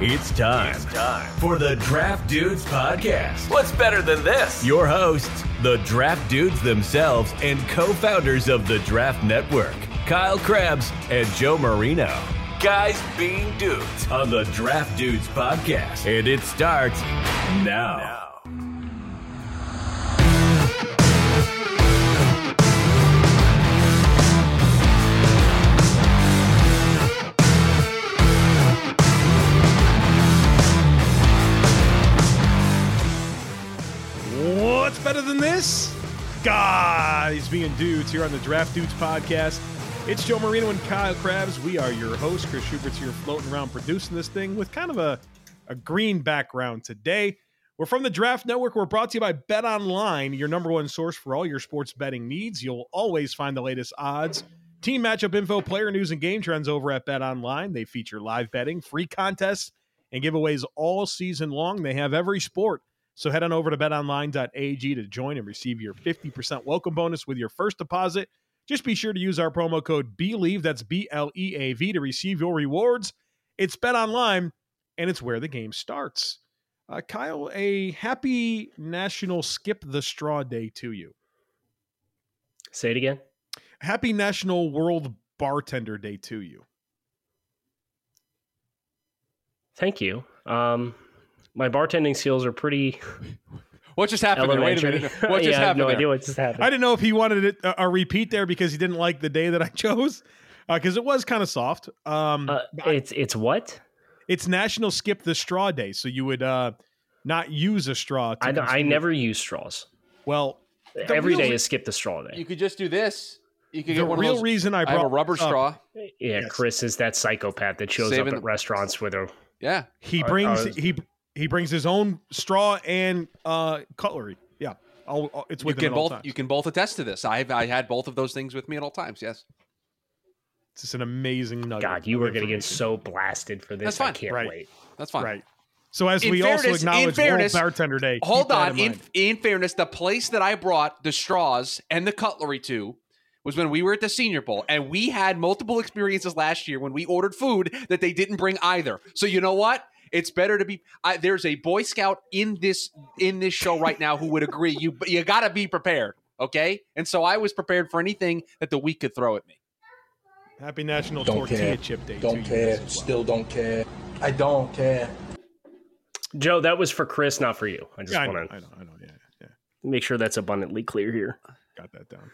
It's time, for the Draft Dudes Podcast. What's better than this? Your hosts, the Draft Dudes themselves and co founders of the Draft Network, Kyle Krabs and Joe Marino, guys being dudes. on the Draft Dudes Podcast. And it starts now. What's better than this? Guys being dudes here on the Draft Dudes podcast. It's Joe Marino and Kyle Krabs. We are your hosts. Chris Schubert's here floating around producing this thing with kind of a, a green background today. We're from the Draft Network. We're brought to you by Bet Online, your number one source for all your sports betting needs. You'll always find the latest odds, team matchup info, player news, and game trends over at Bet Online. They feature live betting, free contests, and giveaways all season long. They have every sport. So head on over to betonline.ag to join and receive your 50% welcome bonus with your first deposit. Just be sure to use our promo code BELIEVE, that's B L E A V, to receive your rewards. It's betonline, and it's where the game starts. Uh, Kyle, a happy National Skip the Straw Day to you. Say it again. Happy National World Bartender Day to you. Thank you. Um, my bartending skills are pretty What just happened? there? Wait a elementary. minute. What just yeah, I have happened? no there? idea what just happened. I didn't know if he wanted it, a, a repeat there because he didn't like the day that I chose, because it was kind of soft. Um, Uh, it's it's what? It's National Skip the Straw Day, so you would uh, not use a straw. To I, don't- I consume it. never use straws. Well, Every real day re- is skip the straw You day. could just do this. You could the get one real of those. reason I I brought have a rubber this up, straw. Yeah, Yes. Chris is that psychopath that shows Saving up at the- restaurants with a. Yeah, He I- I brings uh, was- he he brings his own straw and uh, cutlery. Yeah, I'll, I'll- it's you with can him at all both. times. You can both attest to this. I've I had both of those things with me at all times. Yes, It's just an amazing nugget. God, you of were going to get information. so blasted for this. That's fine. I can't Right. wait. that's fine. right. So as In we also fairness- in acknowledge fairness- World Bartender Day, keep Hold that on. in In, mind. in fairness, the place that I brought the straws and the cutlery to was when we were at the Senior Bowl, and we had multiple experiences last year when we ordered food that they didn't bring either. So you know what? It's better to be. I, there's a Boy Scout in this in this show right now who would agree. You you got to be prepared, okay? And so I was prepared for anything that the week could throw at me. Happy National Don't Tortilla care. Chip Day. Don't to you care. guys as well. Still don't care. I don't care. Joe, that was for Chris, not for you. I just Yeah, I know, want I to know, I know. Yeah, yeah, make sure that's abundantly clear here. got that down.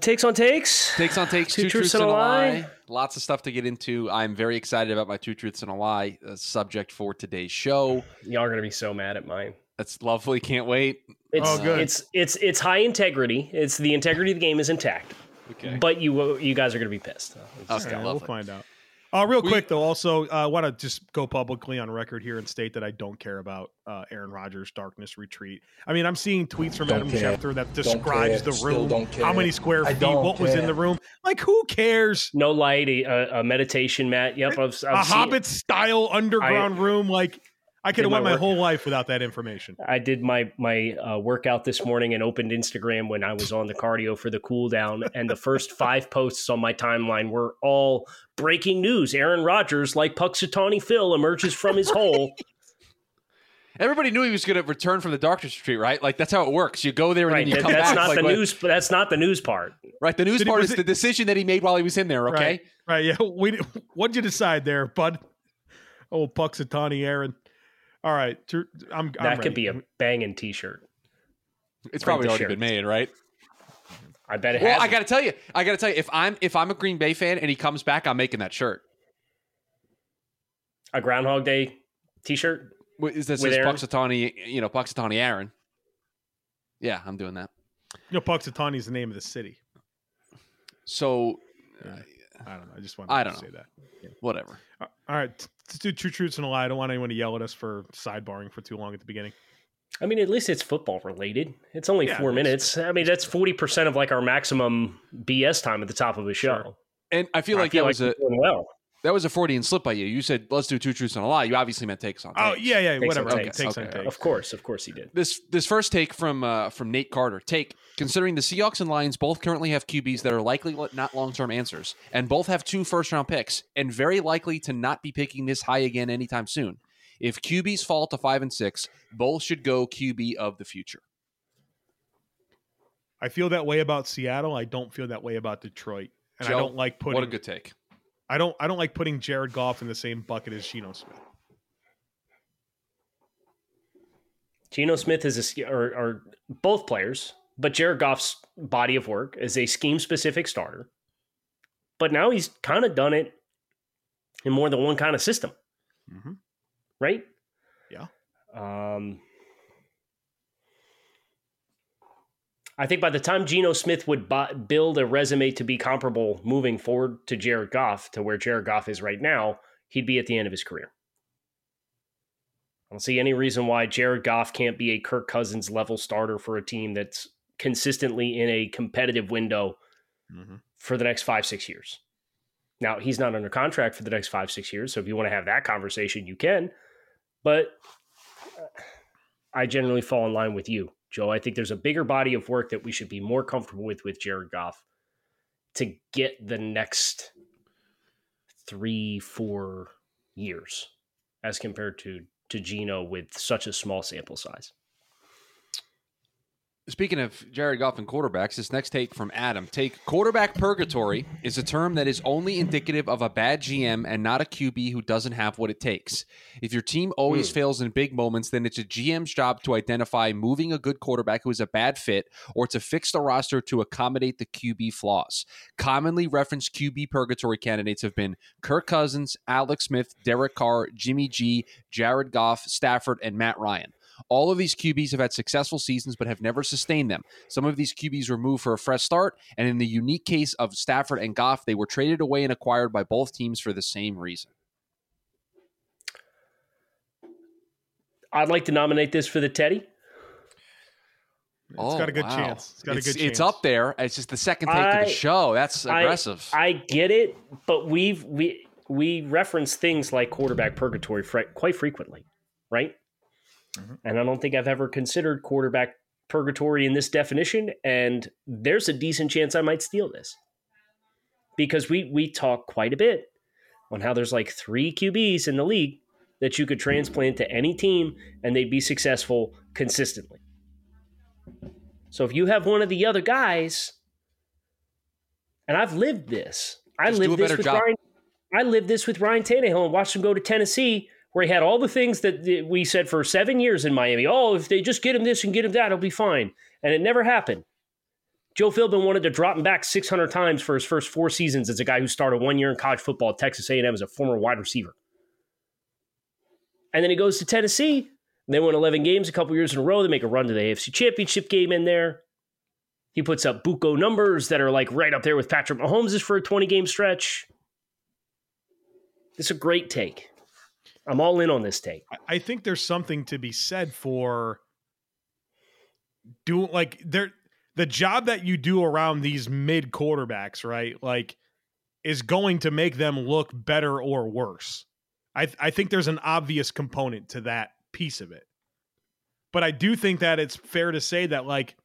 takes on takes. Takes on takes, two, truths and a lie. Lots of stuff to get into. I'm very excited about my two truths and a lie uh, subject for today's show. Y'all are going to be so mad at mine. That's lovely. Can't wait. It's, Oh, good. It's it's it's high integrity. It's the integrity of the game is intact. Okay. But you you guys are going to be pissed. It's- Okay, All right, lovely. we'll find out. Uh, real We- quick though, also I uh, want to just go publicly on record here and state that I don't care about uh, Aaron Rodgers' darkness retreat. I mean, I'm seeing tweets from Don't Adam care. Schefter that describes the care. Still room, don't how care. many square I feet, don't what was in care. the room. Like, who cares? No light, a, a meditation mat. Yep, I've, A I've seen Hobbit style underground room. Like, I could Did have my went my work. whole life without that information. I did my my uh, workout this morning and opened Instagram when I was on the cardio for the cool down, and the first five posts on my timeline were all breaking news: Aaron Rodgers, like Puxatawny Phil, emerges from his hole. Everybody knew he was going to return from the darkness retreat, right? Like that's how it works. You go there and Right, then you that- come that's back. not like, the what- news. That's not the news part. right? The news Did he- part was is it- the decision that he made while he was in there. Okay, Right. Right. Yeah. We what'd you decide there, bud? Oh, Puxatawny Aaron. All right. tr- I'm, I'm That could ready. be a banging T-shirt. it's probably the already shirt. been made, right? I bet it Well, has. I got to tell you, I got to tell you, if I'm if I'm a Green Bay fan and he comes back, I'm making that shirt. a Groundhog Day T-shirt. Wh- Is that With says Aaron? Puxatawny, you know, Puxatawny Aaron? Yeah, I'm doing that. You know, Puxatawny's the name of the city. So I don't know. I just wanted I to don't say that. whatever. All right, t- let's do two truths and a lie. I don't want anyone to yell at us for sidebarring for too long at the beginning. I mean, at least it's football related. It's only Yeah, four that's- minutes. I mean, that's forty percent of like our maximum BS time at the top of a show. Sure. And I feel I like that was a we're doing well. That was a Freudian slip by you. You said let's do two truths and a lie. You obviously meant takes on. Oh takes. yeah, yeah, Takes whatever. on Okay, takes. takes Okay. on takes. Of course, of course he did. This this first take from uh, from Nate Carter. Take considering the Seahawks and Lions both currently have QBs that are likely lo- not long term answers, and both have two first round picks, and very likely to not be picking this high again anytime soon. If QBs fall to five and six, both should go QB of the future. I feel that way about Seattle. I don't feel that way about Detroit, and Joe, I don't like putting. what a good take. I don't. I don't like putting Jared Goff in the same bucket as Geno Smith. Geno Smith is a sch- or, or both players, but Jared Goff's body of work is a scheme specific starter. But now he's kind of done it in more than one kind of system, Mhm. Mm-hmm, right? Yeah. Um, I think by the time Geno Smith would bu build a resume to be comparable moving forward to Jared Goff to where Jared Goff is right now, he'd be at the end of his career. I don't see any reason why Jared Goff can't be a Kirk Cousins level starter for a team that's consistently in a competitive window mm-hmm. Mhm. for the next five, six years. Now, he's not under contract for the next five, six years. So if you want to have that conversation, you can. But uh, I generally fall in line with you, Joe. I think there's a bigger body of work that we should be more comfortable with with Jared Goff to get the next three, four years as compared to to Gino with such a small sample size. Speaking of Jared Goff and quarterbacks, this next take from Adam. Take quarterback purgatory is a term that is only indicative of a bad GM and not a QB who doesn't have what it takes. If your team always fails in big moments, then it's a GM's job to identify moving a good quarterback who is a bad fit or to fix the roster to accommodate the QB flaws. Commonly referenced QB purgatory candidates have been Kirk Cousins, Alex Smith, Derek Carr, Jimmy G, Jared Goff, Stafford, and Matt Ryan. All of these QBs have had successful seasons but have never sustained them. Some of these QBs were moved for a fresh start, and in the unique case of Stafford and Goff, they were traded away and acquired by both teams for the same reason. I'd like to nominate this for the Teddy. It's Oh, got a good wow. chance. It's got It's- a good. chance. It's up there. It's just the second take of I- the show. That's I- aggressive. I get it, but we've we we reference things like quarterback purgatory fre- quite frequently, right? And I don't think I've ever considered quarterback purgatory in this definition. And there's a decent chance I might steal this because we we talk quite a bit on how there's like three QBs in the league that you could transplant to any team and they'd be successful consistently. So if you have one of the other guys, and I've lived this. I Just do a lived this better with job. Ryan. I lived this with Ryan Tannehill and watched him go to Tennessee, where he had all the things that th- we said for seven years in Miami. Oh, if they just get him this and get him that, he'll be fine. And it never happened. Joe Philbin wanted to drop him back 600 times for his first four seasons as a guy who started one year in college football at Texas A&M as a former wide receiver. And then he goes to Tennessee. They win 11 games a couple years in a row. They make a run to the AFC Championship game in there. He puts up Bucco numbers that are like right up there with Patrick Mahomes' for a 20 game stretch. This is a great take. I'm all in on this take. I- I think there's something to be said for doing like there the job that you do around these mid quarterbacks, right? Like is going to make them look better or worse. I th- I think there's an obvious component to that piece of it. But I do think that it's fair to say that like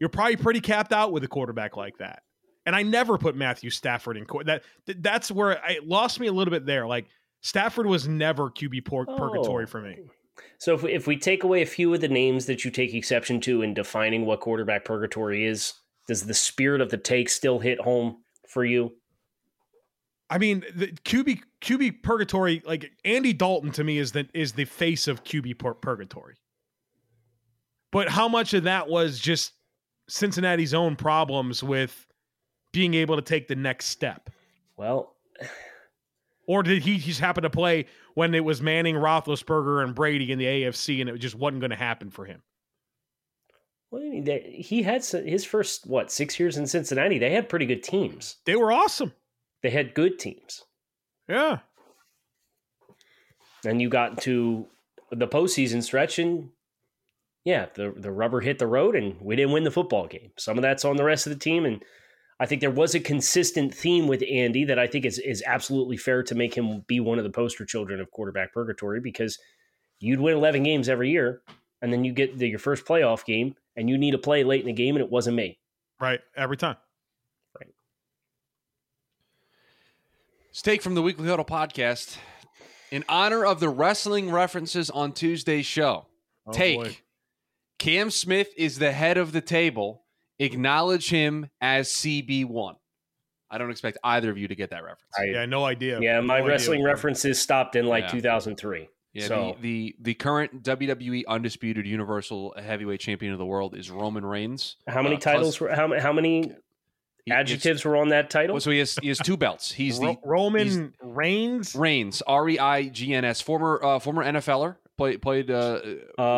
you're probably pretty capped out with a quarterback like that. And I never put Matthew Stafford in court. That th- that's where I it lost me a little bit there. Like Stafford was never QB pur- purgatory Oh. for me. So if we, if we take away a few of the names that you take exception to in defining what quarterback purgatory is, does the spirit of the take still hit home for you? I mean, the QB QB purgatory. Like Andy Dalton to me is the is the face of QB pur- purgatory. But how much of that was just Cincinnati's own problems with being able to take the next step, Well, or did he just happen to play when it was Manning, Roethlisberger, and Brady in the AFC, and it just wasn't going to happen for him? what do you mean? That he had s- his first what six years in Cincinnati. They had pretty good teams. They were awesome. They had good teams, Yeah, and you got to the postseason stretch, and yeah, the the rubber hit the road, and we didn't win the football game. Some of that's on the rest of the team, and I think there was a consistent theme with Andy that I think is is absolutely fair to make him be one of the poster children of quarterback purgatory because you'd win 11 games every year and then you get the, your first playoff game and you need a play late in the game and it wasn't me. Right. Every time. Steak from the Weekly Huddle podcast. In honor of the wrestling references on Tuesday's show, Oh, take boy. Cam Smith is the head of the table. Acknowledge him as CB1. I don't expect either of you to get that reference. I, yeah, Yeah, no idea. No my idea. wrestling references stopped in like Yeah. 2003. Yeah, so the, the the current WWE undisputed Universal Heavyweight Champion of the world is Roman Reigns. how many uh, plus- titles were how, ma- how many He- it's- adjectives were on that title? Well, so he has he has two belts. He's the Ro- Roman he's- Reigns. Reigns, R E I G N S, former uh, former NFLer, played played uh, uh,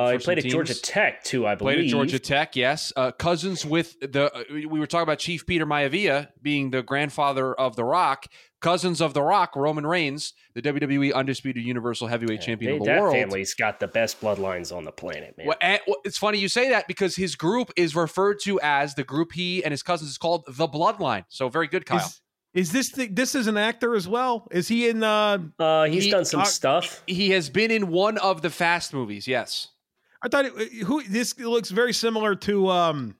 for he some played at Georgia teams. Tech too, I believe. Played at Georgia Tech, yes. Uh, cousins with the uh, we were talking about Chief Peter Maivia being the grandfather of The Rock. Cousins of The Rock, Roman Reigns, the WWE undisputed Universal Heavyweight Champion They- of the that world. family's got the best bloodlines on the planet, man. Well, and- well, it's funny you say that because his group is referred to as the group he and his cousins is called the Bloodline. So very good, Kyle. Is, is this the, this is an actor as well? Is he in uh Uh, he's He- done some uh, stuff. he has been in one of the Fast movies. Yes, I thought it, who this looks very similar to um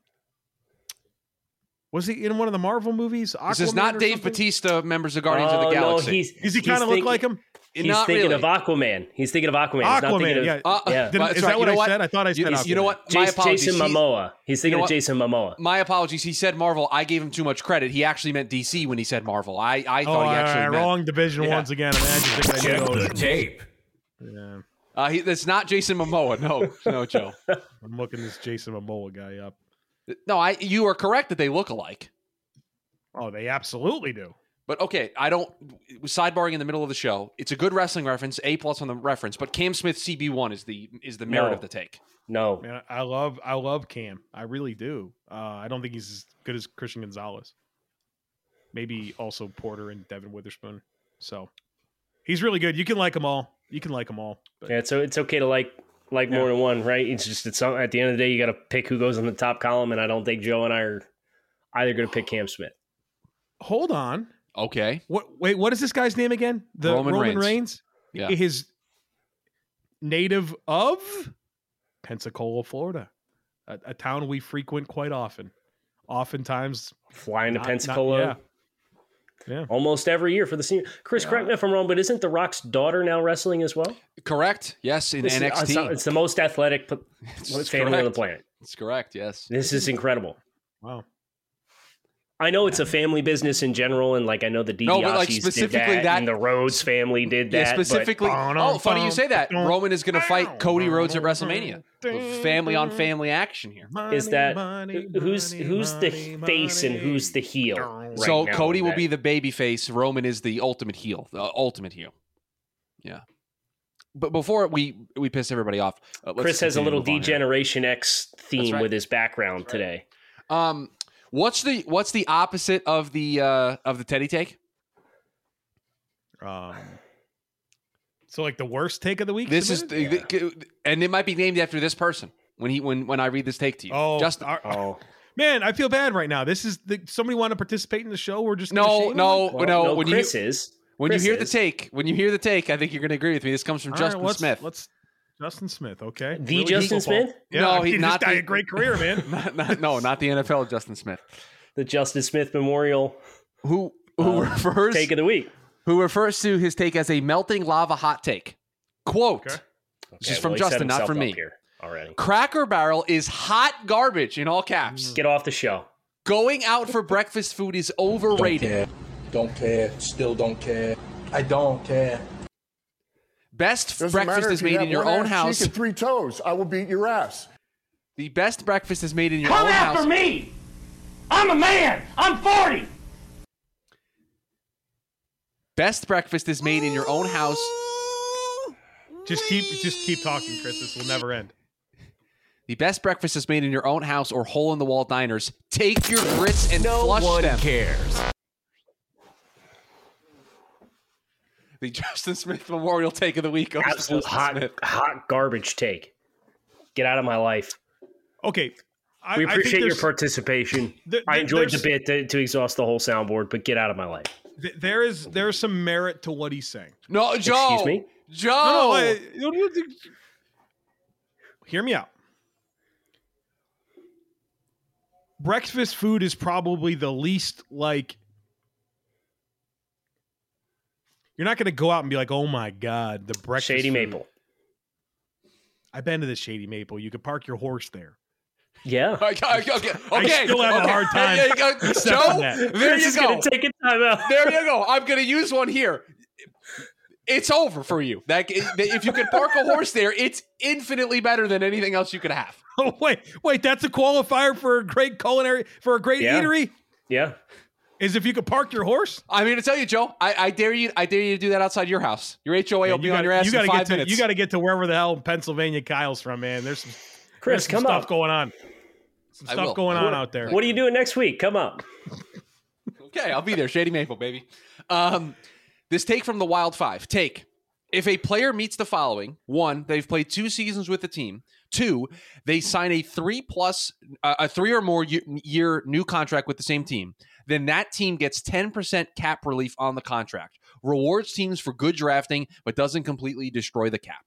was he in one of the Marvel movies? this is Aquaman not or Dave something? Batista, members of Guardians of Oh, the Galaxy. No, he's Does he he's kind of look thinking- like him? Eh, He's not thinking really. of Aquaman. He's thinking of Aquaman. he's not thinking Aquaman, of yeah. Uh, Yeah. yeah, Didn't- that's is right. that You what know I what? said? I thought I said You, you know Aquaman. what? My Jason, apologies. Jason He- Momoa. He's know thinking what? of Jason Momoa. My apologies. He said Marvel. I gave him too much credit. He actually meant DC when he said Marvel. I, I thought Oh, he all actually right, meant. wrong division Yeah. once again. I, mean, I just think I Check knew the those. tape. Yeah, Uh, he, that's not Jason Momoa. No, no, Joe. I'm looking this Jason Momoa guy up. No, I. You are correct that they look alike. Oh, they absolutely do. But okay, I don't. Sidebarring in the middle of the show, it's a good wrestling reference, a plus on the reference. But Cam Smith CB one is the is the merit No. of the take. No. Man, I love I love Cam. I really do. Uh, I don't think he's as good as Christian Gonzalez. Maybe also Porter and Devin Witherspoon. So he's really good. You can like them all. You can like them all. But Yeah, so it's okay to like like more than one, right? It's just it's some- at the end of the day you got to pick who goes in the top column, and I don't think Joe and I are either going to pick Cam Smith. hold on. Okay, What? Wait. What is this guy's name again? The Roman Roman, Reigns. Reigns. Yeah. His native of Pensacola, Florida, a, a town we frequent quite often. Oftentimes, Flying to Not- not- Pensacola yeah. Yeah. almost every year for the senior. Chris, correct me if I'm wrong, but isn't The Rock's daughter now wrestling as well? correct. Yes, in This is- NXT, it's, it's the most athletic p- It's family on the correct. planet. It's correct. Yes, This is incredible. wow. I know it's a family business in general, and like I know the DiBiases No, but, like, did specifically that, that- and the Rhodes family did that. yeah. but- Specifically, oh, funny you say that. Roman is going to fight Cody Rhodes at WrestleMania. Family on family action here. is that Money, who's money, who's money, the face and who's the money. heel? Right so Cody will be the baby face. Roman is the ultimate heel. The ultimate heel. Yeah. But before we we piss everybody off, uh, let's Chris has a continue little to move on here. Degeneration X That's theme right. with his background today. Um, what's the what's the opposite of the uh of the Teddy take? Um, so like the worst take of the week. This is submitted? the, the- and it might be named after this person when he when when I read this take to you. oh, Justin. our- Oh, man, I feel bad right now. This is the, somebody want to participate in the show. We're just gonna No, shame no, them? no, When you Chris is when Chris you hear is. the take, when you hear the take, I think you're going to agree with me. This comes from All right, Justin let's- Smith. Let's Justin Smith. Okay, the Justin Smith, Yeah, No, I he- mean, this not guy the- had a great career, man. Not- not- no, not the NFL Justin Smith, the Justin Smith Memorial who who Uh, refers take of the week. who refers to his take as a melting lava hot take. Quote. Okay. This Okay, is from well, he set Justin, not himself from up me. Here already. Cracker Barrel is hot garbage in all Mm. caps. Get off the show. Going out for breakfast food is Don't overrated. care. Don't care. Still don't care. I don't care. Best Doesn't breakfast matter is if you made have in your one own ass cheek house. and three toes. I will beat your ass. The best breakfast is made in your own house. me. I'm a man. I'm 40. Best breakfast is made in your own house. Just keep, just keep talking, Chris. This will never end. The best breakfast is made in your own house or hole in the wall diners. Take your grits and No flush one them. cares. The Justin Smith Memorial Take of the Week. goes to Absolute Justin hot, Smith. hot garbage take. Get out of my life. Okay, I, We I think appreciate your there's- participation. There- I there- enjoyed the there's- bit to, to exhaust the whole soundboard, but get out of my life. th- there is there's some merit to what he's saying. No, Joe. me? Joe. No, Oh. no, I- you know, you- hear me out. Breakfast food is probably the least like. You're not going to go out and be like, "Oh my god, the breakfast." Shady food." Maple. I've been to the Shady Maple. You could park your horse there. Yeah. Okay, okay, okay. still have a okay. hard time Hey, hey, uh, Joe, that. there Chris you is go. gonna take a time out. there you go. I'm gonna use one here. It's over for you. That if you could park a horse there, it's infinitely better than anything else you could have. Oh wait, wait, that's a qualifier for a great culinary for a great Yeah. eatery Yeah. is if you could park your horse. I mean to tell you, Joe, I, I dare you. I dare you to do that outside your house. Your HOA will Man, be on your ass you in gotta five get to minutes. you got to get to wherever the hell in Pennsylvania Kyle's from, man. There's some, Chris, there's some come stuff up. going on. Some I stuff will. going I on will. out there. What are you doing next week? Come up. okay, I'll be there. Shady Maple, baby. Um, this take from the Wild Five. Take. If a player meets the following one, they've played two seasons with the team. Two, they sign a three plus, uh, a three or more year, year new contract with the same team. Then that team gets 10% cap relief on the contract. Rewards teams for good drafting, but doesn't completely destroy the cap.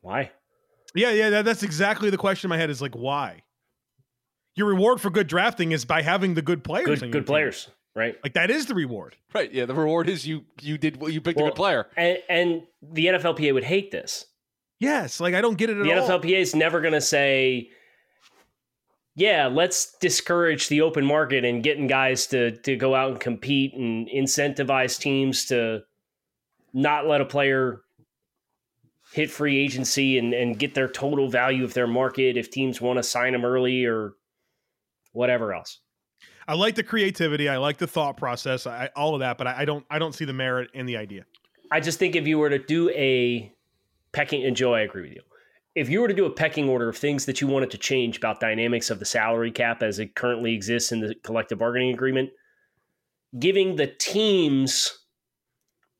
Why? Yeah, yeah, that, that's exactly the question in my head is like why? Your reward for good drafting is by having the good players. on Good your good team. players, right? Like that is the reward. Right. Yeah. The reward is you you did you picked a Well, good player. And and the NFLPA would hate this. Yes, like I don't get it at the all. NFLPA is never going to say, "Yeah, let's discourage the open market and getting guys to to go out and compete and incentivize teams to not let a player hit free agency and and get their total value of their market if teams want to sign them early or whatever else." I like the creativity. I like the thought process. I, I- all of that, but I, I don't. I don't see the merit in the idea. I just think if you were to do a pecking and Joe, I agree with you. If you were to do a pecking order of things that you wanted to change about dynamics of the salary cap as it currently exists in the collective bargaining agreement, giving the teams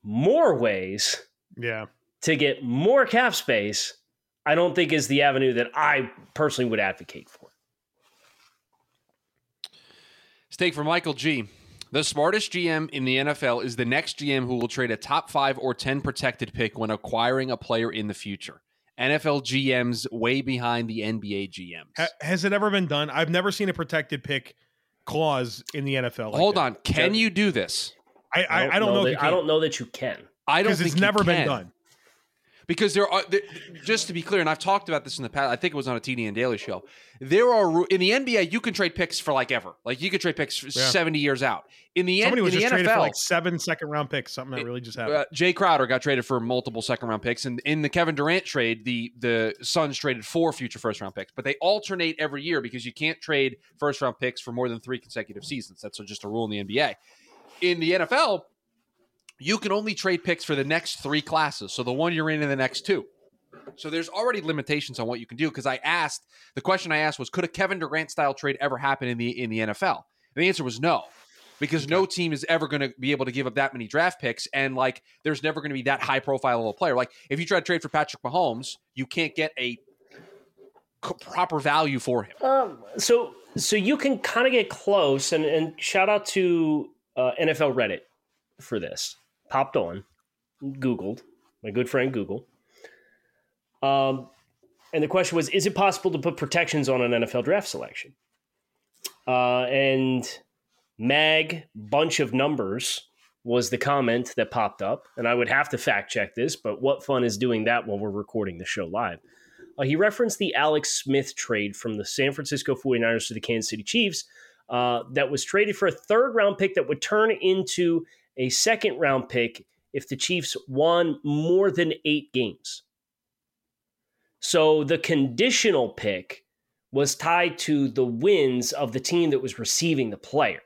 more ways Yeah. to get more cap space, I don't think is the avenue that I personally would advocate for. Stake for Michael G. The smartest GM in the NFL is the next GM who will trade a top five or 10 protected pick when acquiring a player in the future. NFL GMs way behind the NBA GMs. Ha- has it ever been done? I've never seen a protected pick clause in the NFL. like Hold that. on. Can you do this? I I, I don't know. that, if you I can, don't know that you can. I don't because think it's you never been can. done. because there are there, just to be clear, and I've talked about this in the past. I think it was on a TD and Daily show. There are ru- in the NBA, you can trade picks for like ever. Like you could trade picks for Yeah. seventy years out. In the end, Somebody in was the just traded NFL, for like seven second round picks. Something that really just happened. uh, Jay Crowder got traded for multiple second round picks, and in the Kevin Durant trade, the the Suns traded four future first round picks, but they alternate every year because you can't trade first round picks for more than three consecutive seasons. That's just a rule in the NBA. In the NFL, you can only trade picks for the next three classes, so the one you're in and the next two. So there's already limitations on what you can do. Because I asked the question I asked was, could a Kevin Durant style trade ever happen in the in the NFL? And the answer was no, because no team is ever going to be able to give up that many draft picks, and like there's never going to be that high profile of a player. Like if you try to trade for Patrick Mahomes, you can't get a c- proper value for him. so so you can kind of get close and and shout out to uh, NFL Reddit for this. Popped on, Googled, my good friend Google. Um, and the question was, is it possible to put protections on an NFL draft selection? Uh, and mag bunch of numbers was the comment that popped up, and I would have to fact check this, but what fun is doing that while we're recording the show live? Uh, he referenced the Alex Smith trade from the San Francisco 49ers to the Kansas City Chiefs uh, that was traded for a third round pick that would turn into a second round pick if the Chiefs won more than eight games. So the conditional pick was tied to the wins of the team that was receiving the player.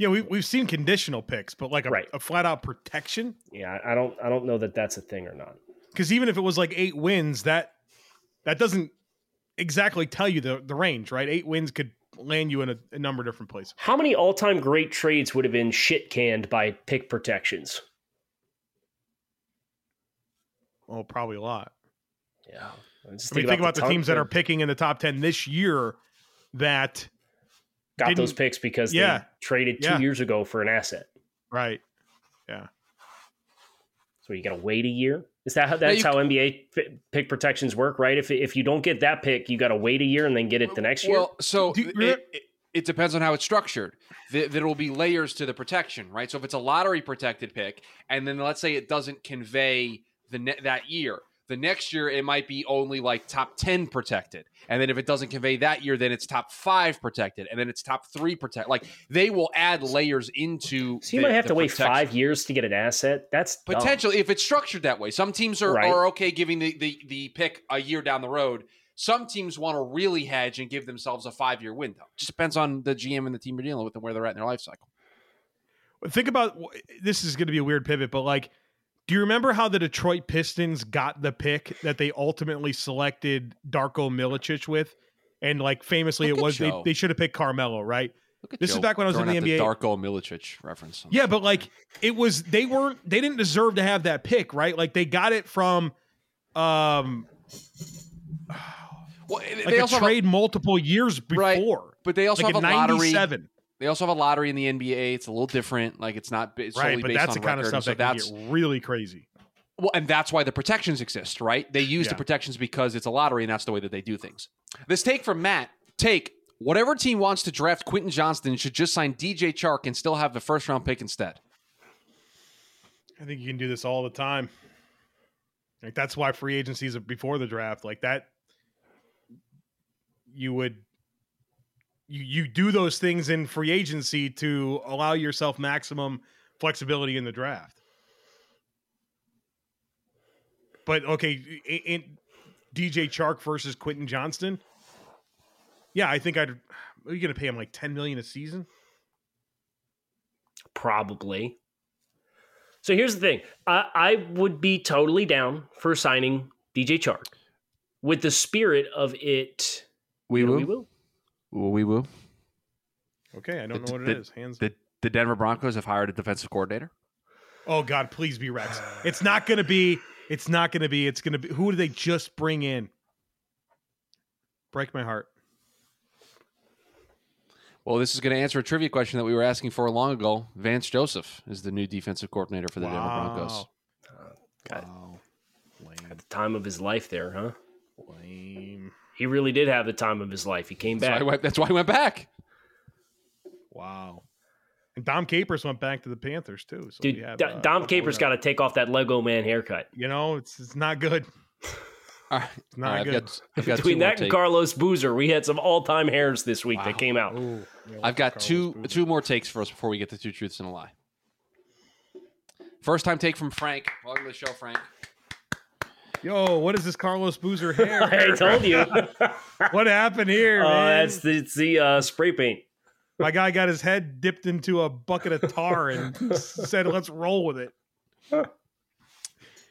yeah, we we've seen conditional picks, but like a, Right. a flat out protection. Yeah, I I don't, I don't know that that's a thing or not. Because even if it was like eight wins, that that doesn't exactly tell you the the range, right? Eight wins could land you in a, a number of different places. How many all-time great trades would have been shit canned by pick protections? Well, probably a lot. Yeah. Just I mean, think about, the, ton- teams that are picking in the top ten this year. That got those didn't- picks because Yeah. they traded two Yeah. years ago for an asset. right? So you got to wait a year. Is that how that's you- how NBA fi- pick protections work, right? If if you don't get that pick, you got to wait a year and then get it the next year. Well, so Do you it, remember- it, it depends on how it's structured. Th- There will be layers to the protection, right? So if it's a lottery protected pick, and then let's say it doesn't convey the ne- that year, the next year it might be only like top ten protected, and then if it doesn't convey that year, then it's top five protected, and then it's top three protected. Like they will add layers into. so you the- might have the to wait protection. five years to get an asset. That's dumb. Potentially, if it's structured that way, some teams are, Right. are okay giving the, the the pick a year down the road. Some teams want to really hedge and give themselves a five year window. Just depends on the GM and the team you're dealing with and where they're at in their life cycle. Think about wh- this is going to be a weird pivot, but like, do you remember how the Detroit Pistons got the pick that they ultimately selected Darko Milicic with? And like famously, Look it at was they, Joe. they should have picked Carmelo, right? Look at This is back when I was in throwing the out NBA. Darko Milicic reference. Yeah, but like it was they weren't they didn't deserve to have that pick, right? Like they got it from um Well, they- like they a also have trade multiple years before. Right. but they also Like have in a lottery. 97. They also have a lottery in the NBA. It's a little different. Like it's not it's solely Right, but based that's the on kind of record, and stuff so that can that's get really crazy. Well, and that's why the protections exist, right? They use the Yeah. protections because it's a lottery, and that's the way that they do things. This take from Matt: Take whatever team wants to draft Quentin Johnston should just sign DJ Chark and still have the first round pick instead. I think you can do this all the time. Like that's why free agencies are before the draft, like that you would you you do those things in free agency to allow yourself maximum flexibility in the draft. But okay, i- in DJ Chark versus Quentin Johnston. Yeah, I think I'd. Are you going to pay him like ten million a season? probably. So here's the thing: I, I would be totally down for signing DJ Chark with the spirit of it. We We will. we woo. Okay, I don't know what it The- is. Hands. The the Denver Broncos have hired a defensive coordinator. Oh God, please be Rex. It's not going to be. It's not going to be. It's going to be. Who do they just bring in? Break my heart. Well, this is going to answer a trivia question that we were asking for long ago. Vance Joseph is the new defensive coordinator for the Denver Broncos. Wow. Had the time of his life there, huh? Lame. He really did have the time of his life. He came That's why, back. I went, that's why he went back. Wow. And Dom Capers went back to the Panthers too. So Dude, we have, Do- uh, Dom Buffalo Capers now. got to take off that Lego man haircut. You know, it's it's not good. All right. It's not All right, good. I've got, I've got Between two more that and takes. Carlos Boozer, we had some all-time hairs this week Wow. that came out. Ooh, yeah, I've got Carlos two Boozer. two more takes for us before we get to two truths and a lie. First time take from Frank. Welcome to the show, Frank. Yo, what is this Carlos Boozer hair? I told you. what happened here? Oh, man? that's the, it's the uh, spray paint. My guy got his head dipped into a bucket of tar and said, "Let's roll with it."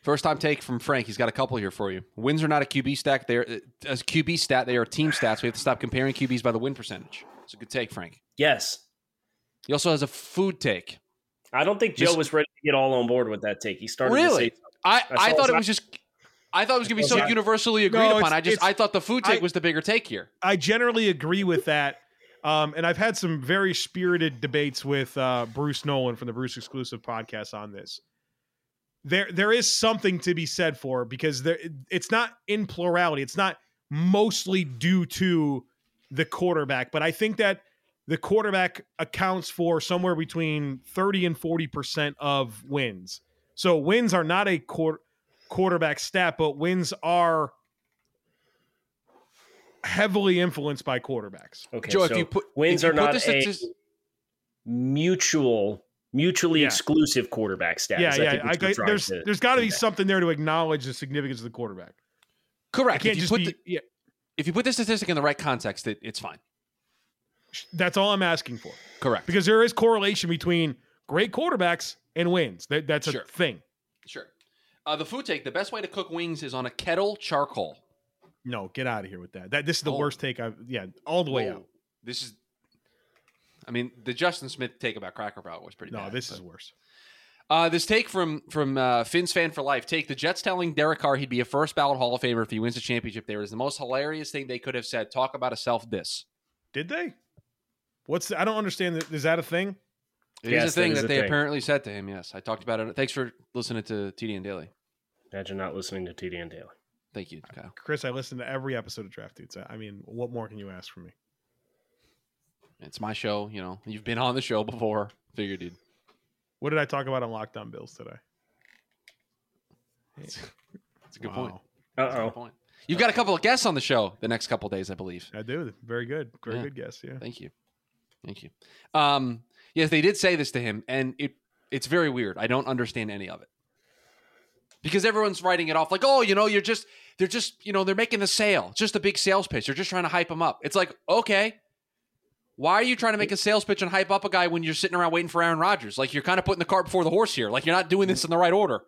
First time take from Frank. He's got a couple here for you. Wins are uh, not a QB stack. They're a QB stat. They are team stats. We have to stop comparing QBs by the win percentage. It's a good take, Frank. Yes. He also has a food take. I don't think Joe This- was ready to get all on board with that take. He started to Really? say- I, That's I all thought it I- was just. I thought it was going to be That's so all I- universally agreed No, upon. it's- I just it's- I thought the food take I- was the bigger take here. I generally agree with that. Um, and I've had some very spirited debates with uh, Bruce Nolan from the Bruce Exclusive podcast on this. There, there is something to be said for it because there, it's not in plurality. It's not mostly due to the quarterback, but I think that the quarterback accounts for somewhere between thirty and forty percent of wins. So wins are not a quar- quarterback stat, but wins are heavily influenced by quarterbacks. Okay, Joe, so if you put wins if you are put not the a statis- mutual, mutually Yeah. exclusive quarterback status. Yeah, yeah. think I, is what I, Joe there's said. there's got to be Yeah. something there to acknowledge the significance of the quarterback. I correct. can't if you just put be. the, yeah, if you put the statistic in the right context, it, it's fine. that's all I'm asking for Correct. because there is correlation between great quarterbacks and wins. That that's Sure. a thing. Sure. Uh, the food take, the best way to cook wings is on a kettle charcoal. No, get out of here with that. That this is the Oh. worst take I've. Yeah, all the way Whoa. out. This is, I mean, the Justin Smith take about Cracker Barrel was pretty No, bad, this but- is worse. Uh, this take from from uh, Finn's fan for life. Take the Jets telling Derek Carr he'd be a first ballot Hall of Famer if he wins the championship. There is the most hilarious thing they could have said. Talk about a self diss. Did they? What's the, I don't understand. that- Is that a thing? It is Yes, a thing that is that a they thing. apparently said to him. Yes, I talked about it. Thanks for listening to TD and Daily. Imagine not listening to TD and Daily. Thank you, Kyle. Chris, I listen to every episode of Draft Dudes. I I mean, what more can you ask from me? It's my show. You know, you've been on the show before. Figured, dude. What did I talk about on Lockdown Bills today? It's a good point. Wow. Uh Good oh. point. You've got a couple of guests on the show the next couple of days, I believe. I do. Very good. Very Yeah. good guess. Yeah. Thank you, thank you. Um, yes, they did say this to him, and it it's very weird. I don't understand any of it because everyone's writing it off like, oh, you know, you're just they're just you know they're making a sale, just a big sales pitch. They're just trying to hype him up. It's like, okay, why are you trying to make a sales pitch and hype up a guy when you're sitting around waiting for Aaron Rodgers? Like you're kind of putting the cart before the horse here. Like you're not doing this in the right order.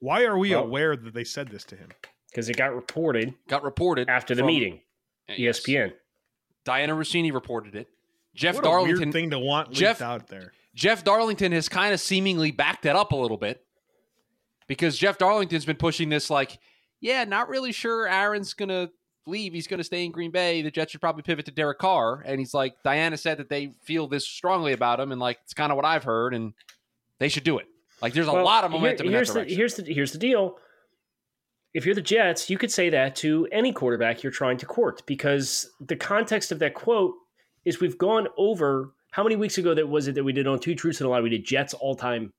Why are we Well- aware that they said this to him? Because it got reported Got reported after the from- meeting. E Yes. ESPN. Diana Rossini reported it. Jeff what a Darlington weird thing to want leaked Jeff- out there. Jeff Darlington has kind of seemingly backed that up a little bit because Jeff Darlington's been pushing this like, yeah, not really sure Aaron's going to leave. He's going to stay in Green Bay. The Jets should probably pivot to Derek Carr. And he's like, Diana said that they feel this strongly about him. And like, it's kind of what I've heard. And they should do it. Like, there's a Well, lot of here- momentum in here's that direction. The, here's the here's the deal. If you're the Jets, you could say that to any quarterback you're trying to court because the context of that quote is we've gone over how many weeks ago that was it that we did on two truths and a lie we did Jets all time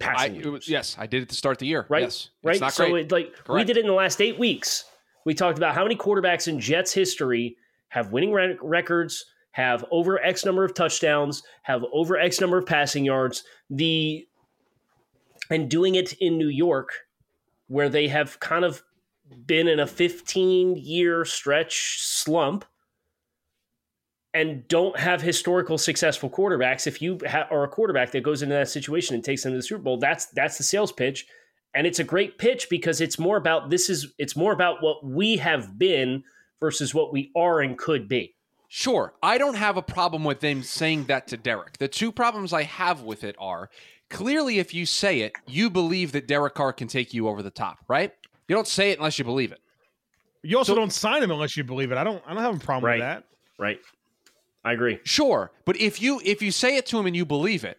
I, passing it leaders, was- yes, I did it to start the year. right Yes. right It's not so great. it, like we Correct. did it in the last eight weeks we talked about how many quarterbacks in Jets history have winning re- records have over X number of touchdowns have over X number of passing yards the and doing it in New York, where they have kind of been in a 15 year stretch slump and don't have historical successful quarterbacks. If you ha- are a quarterback that goes into that situation and takes them to the Super Bowl, that's that's the sales pitch, and it's a great pitch because it's more about this is it's more about what we have been versus what we are and could be. Sure, I don't have a problem with them saying that to Derek. The two problems I have with it are clearly if you say it, you believe that Derek Carr can take you over the top, right? You don't say it unless you believe it. You also don't sign him unless you believe it. I don't. I don't have a problem Right. with that. Right, I agree. Sure, but if you if you say it to him and you believe it,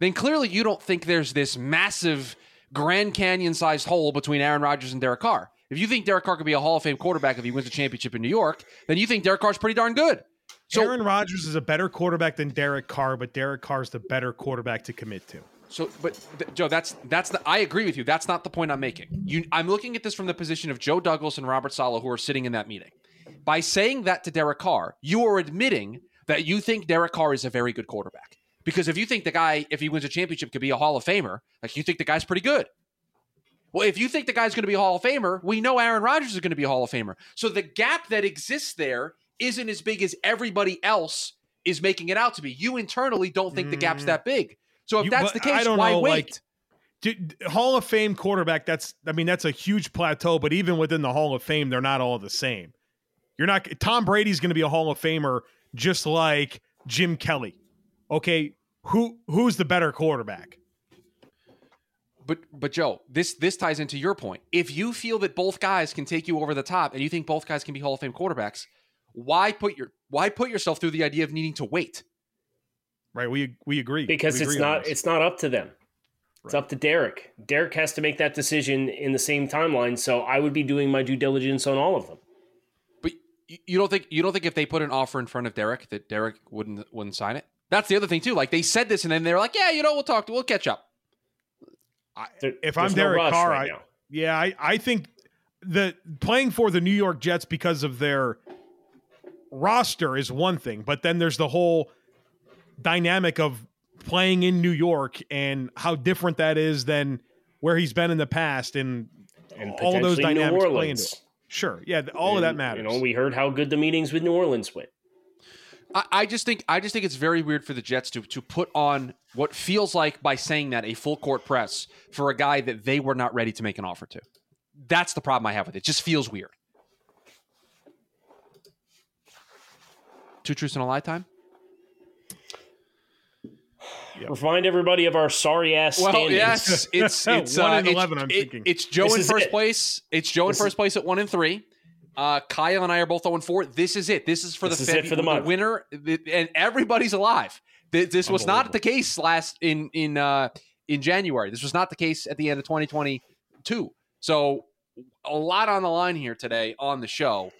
then clearly you don't think there's this massive Grand Canyon-sized hole between Aaron Rodgers and Derek Carr. If you think Derek Carr could be a Hall of Fame quarterback if he wins a championship in New York, then you think Derek Carr's pretty darn good. So Aaron Rodgers is a better quarterback than Derek Carr, but Derek Carr's the better quarterback to commit to. So, but th- Joe, that's that's the I agree with you. That's not the point I'm making. You, I'm looking at this from the position of Joe Douglas and Robert Sala, who are sitting in that meeting. By saying that to Derek Carr, you are admitting that you think Derek Carr is a very good quarterback. Because if you think the guy, if he wins a championship, could be a Hall of Famer, like you think the guy's pretty good. Well, if you think the guy's going to be a Hall of Famer, we know Aaron Rodgers is going to be a Hall of Famer. So the gap that exists there isn't as big as everybody else is making it out to be. You internally don't think the gap's that big. So if Mm. You- that's the but case, I don't why know, wait? like, Dude, Hall of Fame quarterback. That's. I mean, that's a huge plateau. But even within the Hall of Fame, they're not all the same. You're not. Tom Brady's going to be a Hall of Famer, just like Jim Kelly. Okay, who who's the better quarterback? But but Joe, this this ties into your point. If you feel that both guys can take you over the top and you think both guys can be Hall of Fame quarterbacks, why put your why put yourself through the idea of needing to wait? Right. We we agree because We it's agree on not this. it's not up to them. It's up to Derek. Derek has to make that decision in the same timeline. So I would be doing my due diligence on all of them. But you, you don't think you don't think if they put an offer in front of Derek that Derek wouldn't wouldn't sign it? That's the other thing too. Like they said this and then they were like, yeah, you know, we'll talk, we'll catch up. There- If I'm there's Derek rush Carr, right I- now. Yeah, I, I think the playing for the New York Jets because of their roster is one thing, but then there's the whole dynamic of playing in New York and how different that is than where he's been in the past. And and all those potentially dynamics New play into Orleans. sure, yeah, th- all of that And, matters. You know, we heard how good the meetings with New Orleans went. I, I just think I just think it's very weird for the Jets to to put on what feels like by saying that a full court press for a guy that they were not ready to make an offer to. That's the problem I have with it. It just feels weird. Two truths and a lie time. Remind everybody of our sorry ass Well, standings. yes, it's it's One uh, and it's- 11, I'm it- thinking. it's Joe This in is first it. place. It's Joe This in first is- place at one and three. Uh, Kyle and I are both zero and four. This is it. This is for This the is it for the month. winner, th- and everybody's alive. Th- This was not the case last in in uh, in January. This was not the case at the end of 2022. So a lot on the line here today on the show.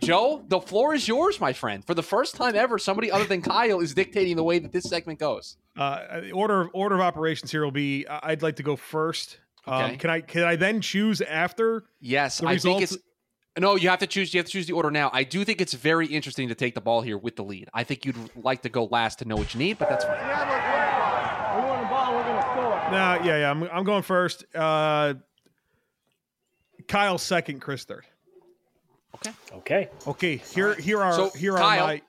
Joe, the floor is yours, my friend. For the first time ever, somebody other than Kyle is dictating the way that this segment goes. Uh, the order of order of operations here will be. I- I'd like to go first. Um, Okay. can I can I then choose after? Yes, The I results- think it's. No, you have to choose. You have to choose the order now. I do think it's very interesting to take the ball here with the lead. I think you'd like to go last to know what you need, but that's fine. We want the ball, we're going to score. Nah, yeah, yeah. I'm I'm going first. Uh, Kyle second, Chris third. Okay. Okay, here here are So, here Kyle, are my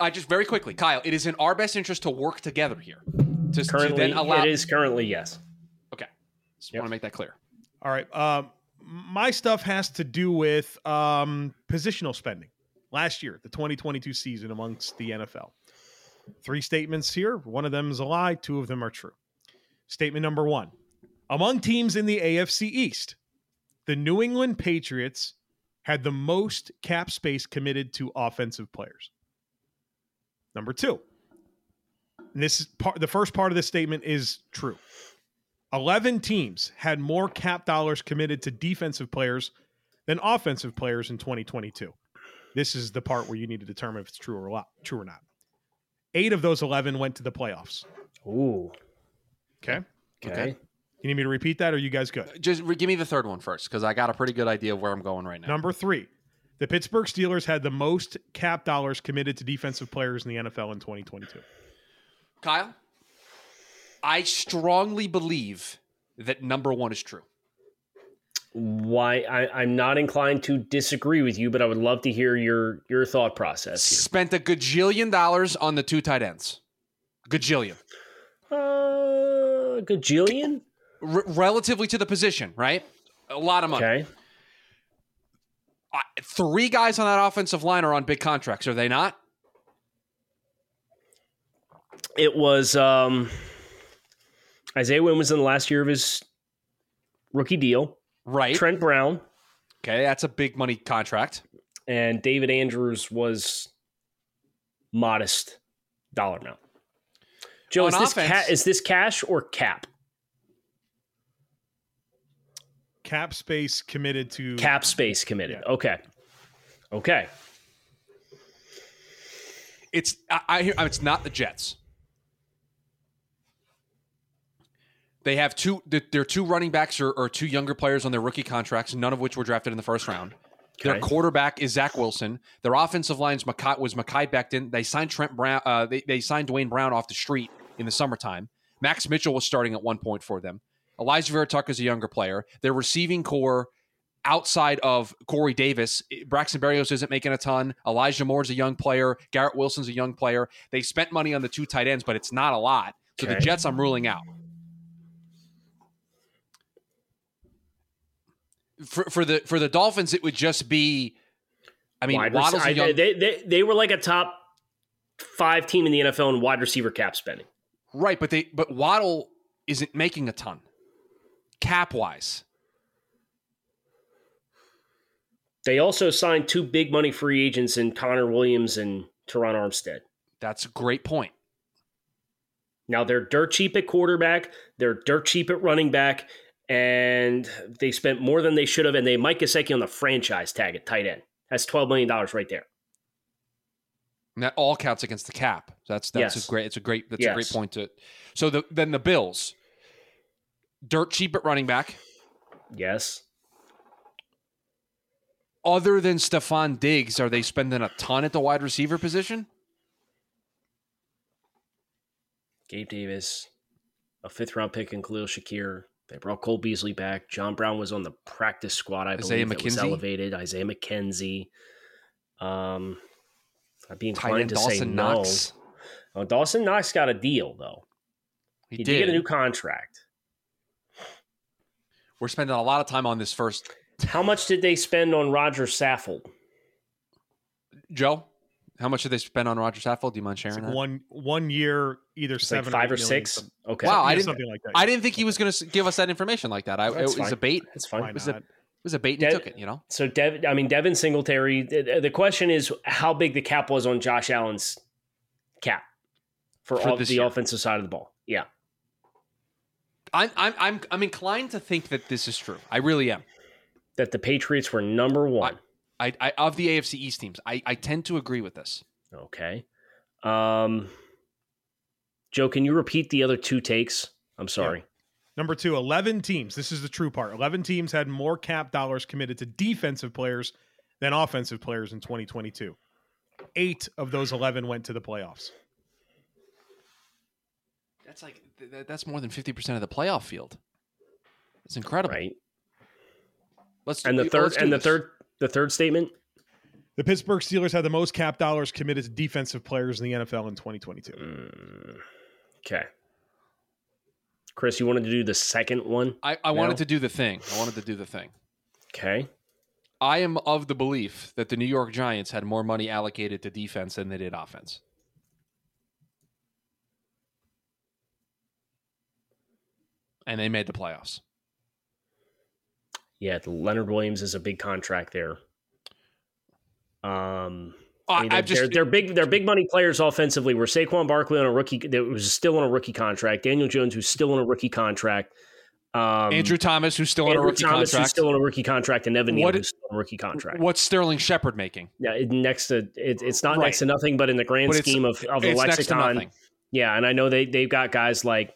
I just very quickly, Kyle. It is in our best interest to work together here. To, to Currently, then allow. it is currently yes. Okay, just want to make that clear. all right. Um, my stuff has to do with um positional spending. Last year, the 2022 season amongst the NFL. Three statements here. One of them is a lie. Two of them are true. Statement number one: Among teams in the AFC East, the New England Patriots had the most cap space committed to offensive players. Number two, and this is part, the first part of this statement is true. 11 teams had more cap dollars committed to defensive players than offensive players in 2022. This is the part where you need to determine if it's true or, lo- true or not. Eight of those 11 went to the playoffs. Ooh. Okay. Okay. You need me to repeat that? Or are you guys good? Just re- give me the third one first, because I got a pretty good idea of where I'm going right now. Number three, the Pittsburgh Steelers had the most cap dollars committed to defensive players in the NFL in 2022. Kyle, I strongly believe that number one is true. Why I, I'm not inclined to disagree with you, but I would love to hear your your thought process. spent a gajillion dollars on the two tight ends. Gajillion. Here. Uh, gajillion. R- relatively to the position, right? A lot of money. Okay. Uh, three guys on that offensive line are on big contracts, are they not? It was um, Isaiah Wynn was in the last year of his rookie deal. Right. Trent Brown Okay, that's a big money contract. and David Andrews was modest dollar amount. Joe, On is this, offense- ca- is this cash or cap? Cap space committed to Mm-hmm. Cap space committed. Okay. Okay. It's I, I hear it's not the Jets. They have two. th- Their two running backs are, are two younger players on their rookie contracts, none of which were drafted in the first round. Their Okay. quarterback is Zach Wilson. Their offensive line's Makai, was Makai Becton. They signed Trent Brown. Uh, they, they signed Dwayne Brown off the street in the summertime. Max Mitchell was starting at one point for them. Elijah Vera Tucker's a younger player. Their receiving core outside of Corey Davis, eh, Braxton Berrios isn't making a ton. Elijah Moore's a young player. Garrett Wilson's a young player. They spent money on the two tight ends, but it's not a lot. So the Okay. Jets, I'm ruling out. For, for the for the Dolphins, it would just be, I mean, Wide Waddle's rece- a I- young they, they, they were like a top five team in the NFL in wide receiver cap spending. right, but they but Waddle isn't making a ton, cap wise. They also signed two big money free agents in Connor Williams and Teron Armstead. That's a great point. Now they're dirt cheap at quarterback, they're dirt cheap at running back, and they spent more than they should have, and they Mike Gesicki on the franchise tag at tight end. That's twelve million dollars right there. And that all counts against the cap. That's that's Yes. a great. It's a great. That's a great Yes. point to. So the, then the Bills, dirt cheap at running back. Yes. Other than Stefan Diggs, are they spending a ton at the wide receiver position? Gabe Davis, a fifth round pick in Khalil Shakir. They brought Cole Beasley back. John Brown was on the practice squad, I Isaiah believe. that was McKenzie? elevated. Isaiah McKenzie. Um, I'd be Tight inclined end to say Dawson no. Knox. Oh, Dawson Knox got a deal though. He, He, did. did get a new contract. We're spending a lot of time on this first, How much did they spend on Roger Saffold? Joe. How much did they spend on Roger Saffold? Do you mind sharing It's like that? one one year, either It's like seven, five or, or eight million, six. something- Okay. Wow, I yeah, didn't. something like that. I didn't think he was going to give us that information like that. I That's it was fine. a bait. That's Why fine. was a- not? It was a bait. and That- he took it. You know. So, Dev, I mean, Devin Singletary. The, the question is how big the cap was on Josh Allen's cap for, For all, the this year. offensive side of the ball. Yeah. I'm I'm I'm I'm inclined to think that this is true. I really am. That the Patriots were number one. I, I of the AFC East teams, I, I tend to agree with this. Okay. Um, Joe, can you repeat the other two takes? I'm sorry. Number two, 11 teams. This is the true part. 11 teams had more cap dollars committed to defensive players than offensive players in 2022. Eight of those 11 went to the playoffs. That's like th- th- that's more than fifty percent of the playoff field. It's incredible. Right. Let's do- oh, And the let's third do and the this. third the third statement. The Pittsburgh Steelers had the most cap dollars committed to defensive players in the NFL in Mm. 2022. Okay. Chris, you wanted to do the second one? I, I No. wanted to do the thing. I wanted to do the thing. Okay. I am of the belief that the New York Giants had more money allocated to defense than they did offense. And they made the playoffs. Yeah, the Leonard Williams is a big contract there. Um I I, mean, I they're, they're, just they're big. They're big money players offensively. Were Saquon Barkley on a rookie? That was still on a rookie contract. Daniel Jones, who's still on a rookie contract. Um, Andrew Thomas, who's still on a Andrew rookie Thomas, who's contract. still on a rookie contract, and Evan Neal, What- who's still on a rookie contract. What's Sterling Shepard making? Yeah, it- next to it, it's not next Right. to nothing, but in the grand But it's- scheme of of the it's next to lexicon, nothing. yeah. And I know they they've got guys like,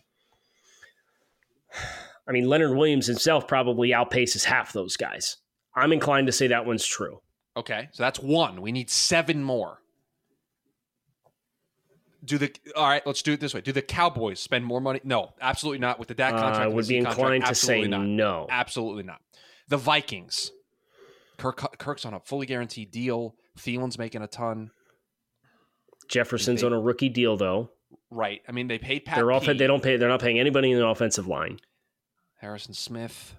I mean, Leonard Williams himself probably outpaces half those guys. I'm inclined to say that one's true. Okay, so that's one. We need seven more. Do the all right? Let's do it this way. Do the Cowboys spend more money? No, absolutely not. With the Dak contract, Uh, I and would the be Zeke contract, inclined to say absolutely not. no. Absolutely not. The Vikings. Kirk, Kirk's on a fully guaranteed deal. Thielen's making a ton. Jefferson's They- on a rookie deal though. Right. I mean, they paid Pat. They're off. P, They don't pay. They're not paying anybody in the offensive line. Harrison Smith.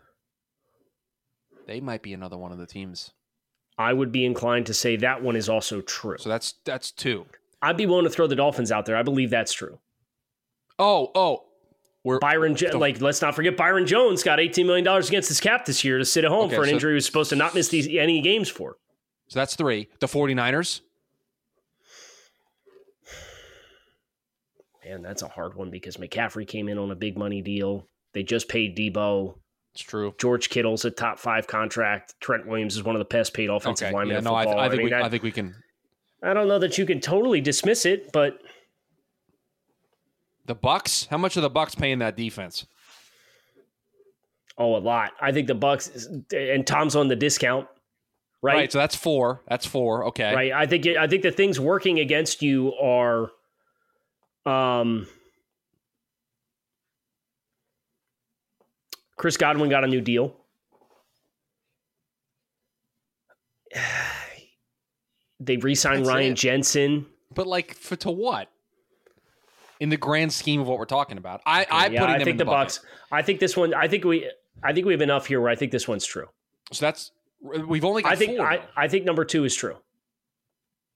They might be another one of the teams. I would be inclined to say that one is also true. So that's that's two. I'd be willing to throw the Dolphins out there. I believe that's true. Oh, oh, we're Byron, Jo- the- like, let's not forget Byron Jones got $18 million against his cap this year to sit at home Okay, for an so- injury he was supposed to not miss these, any games for. So that's three. The 49ers. Man, that's a hard one because McCaffrey came in on a big money deal. They just paid Debo. It's true. George Kittle's a top five contract. Trent Williams is one of the best paid offensive Okay. linemen Yeah, in no, I, th- football. I think mean, we, I- I think we can. I don't know that you can totally dismiss it, but The Bucks. How much are the Bucks paying that defense? oh, a lot. I think the Bucks and Tom's on the discount, Right. right? so that's four. That's four. Okay. right? I think I think the things working against you are, um, Chris Godwin got a new deal. They re-signed That's Ryan it. Jensen. But like, for to what? In the grand scheme of what we're talking about, I I'm Yeah, putting I them think in the the, bucket. Bucks. I think this one. I think we. I think we have enough here where I think this one's true. So that's we've only got I think. four, I, though. I think number two is true.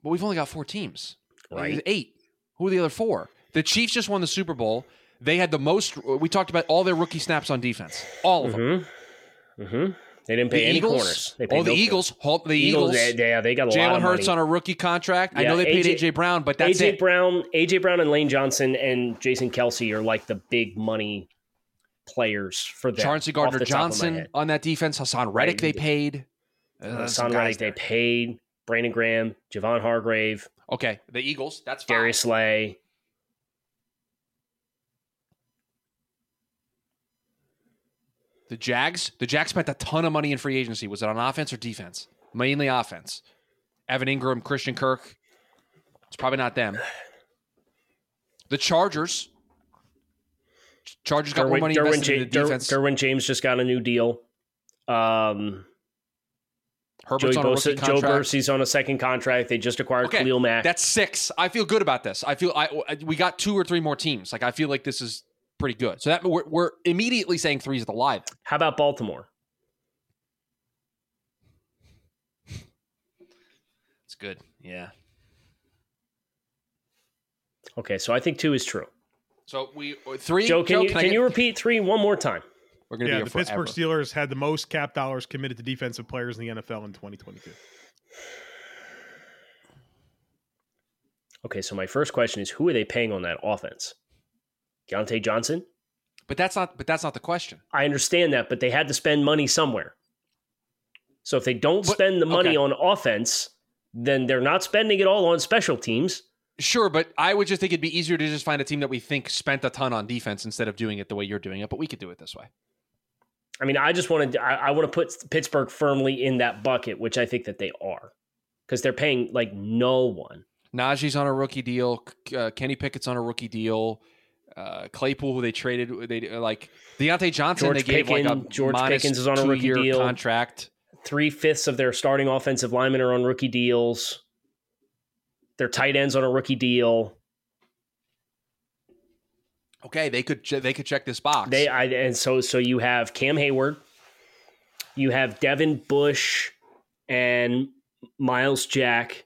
but we've only got four teams. Right. There's Eight. Who are the other four? The Chiefs just won the Super Bowl. They had the most. We talked about all their rookie snaps on defense. All of them. Mm-hmm. They didn't pay The any Eagles. corners. They paid oh, the no Eagles. Halt the Eagles. Eagles. they- yeah, they got a lot Jalen of Hurts money. on a rookie contract. I Yeah, know they paid AJ AJ Brown, but that's AJ it. Brown, AJ Brown, and Lane Johnson and Jason Kelsey are like the big money players for them. Chauncey off Gardner the top of my Johnson head. on that defense. Hassan Right, Reddick they paid. Uh, Uh, some Hassan guys Reddick, they paid Brandon Graham, Javon Hargrave, there. Okay, the Eagles. That's five. Darius Slay. The Jags. The Jags spent a ton of money in free agency. Was it on offense or defense? Mainly offense. Evan Ingram, Christian Kirk. It's probably not them. The Chargers. Ch- Chargers got more Derwin, money Derwin, invested Ja- in the Der- defense. Derwin James just got a new deal. Um, Joey Herbert's on a rookie Bosa, Joe contract. Bursey's on a second contract. They just acquired Okay, Khalil Mack. That's six. I feel good about this. I feel I I- we got two or three more teams. Like I feel like this is pretty good. So that we're, we're immediately saying three is the lie. then. How about Baltimore? It's good. Yeah. Okay, so I think two is true. So we uh, three. Joe, can you I can get- you repeat three one more time? We're gonna yeah, be the here forever. Pittsburgh Steelers had the most cap dollars committed to defensive players in the NFL in 2022. Okay, so my first question is who are they paying on that offense? Deontay Johnson? But that's not. But that's not the question. I understand that, but they had to spend money somewhere. So if they don't But- spend the money okay. on offense, then they're not spending it all on special teams. Sure, but I would just think it'd be easier to just find a team that we think spent a ton on defense instead of doing it the way you're doing it. But we could do it this way. I mean, I just want to I, I want to put Pittsburgh firmly in that bucket, which I think that they are. Because they're paying like no one. Najee's on a rookie deal. K- Uh, Kenny Pickett's on a rookie deal. Uh, Claypool, who they traded, they uh, like Deontay Johnson. they George gave like a Pickens- George modest Pickens is on a rookie two-year deal. contract. Three fifths of their starting offensive linemen are on rookie deals. Their tight ends on a rookie deal. Okay, they could che- they could check this box. They I, and so so you have Cam Hayward, you have Devin Bush, and Miles Jack.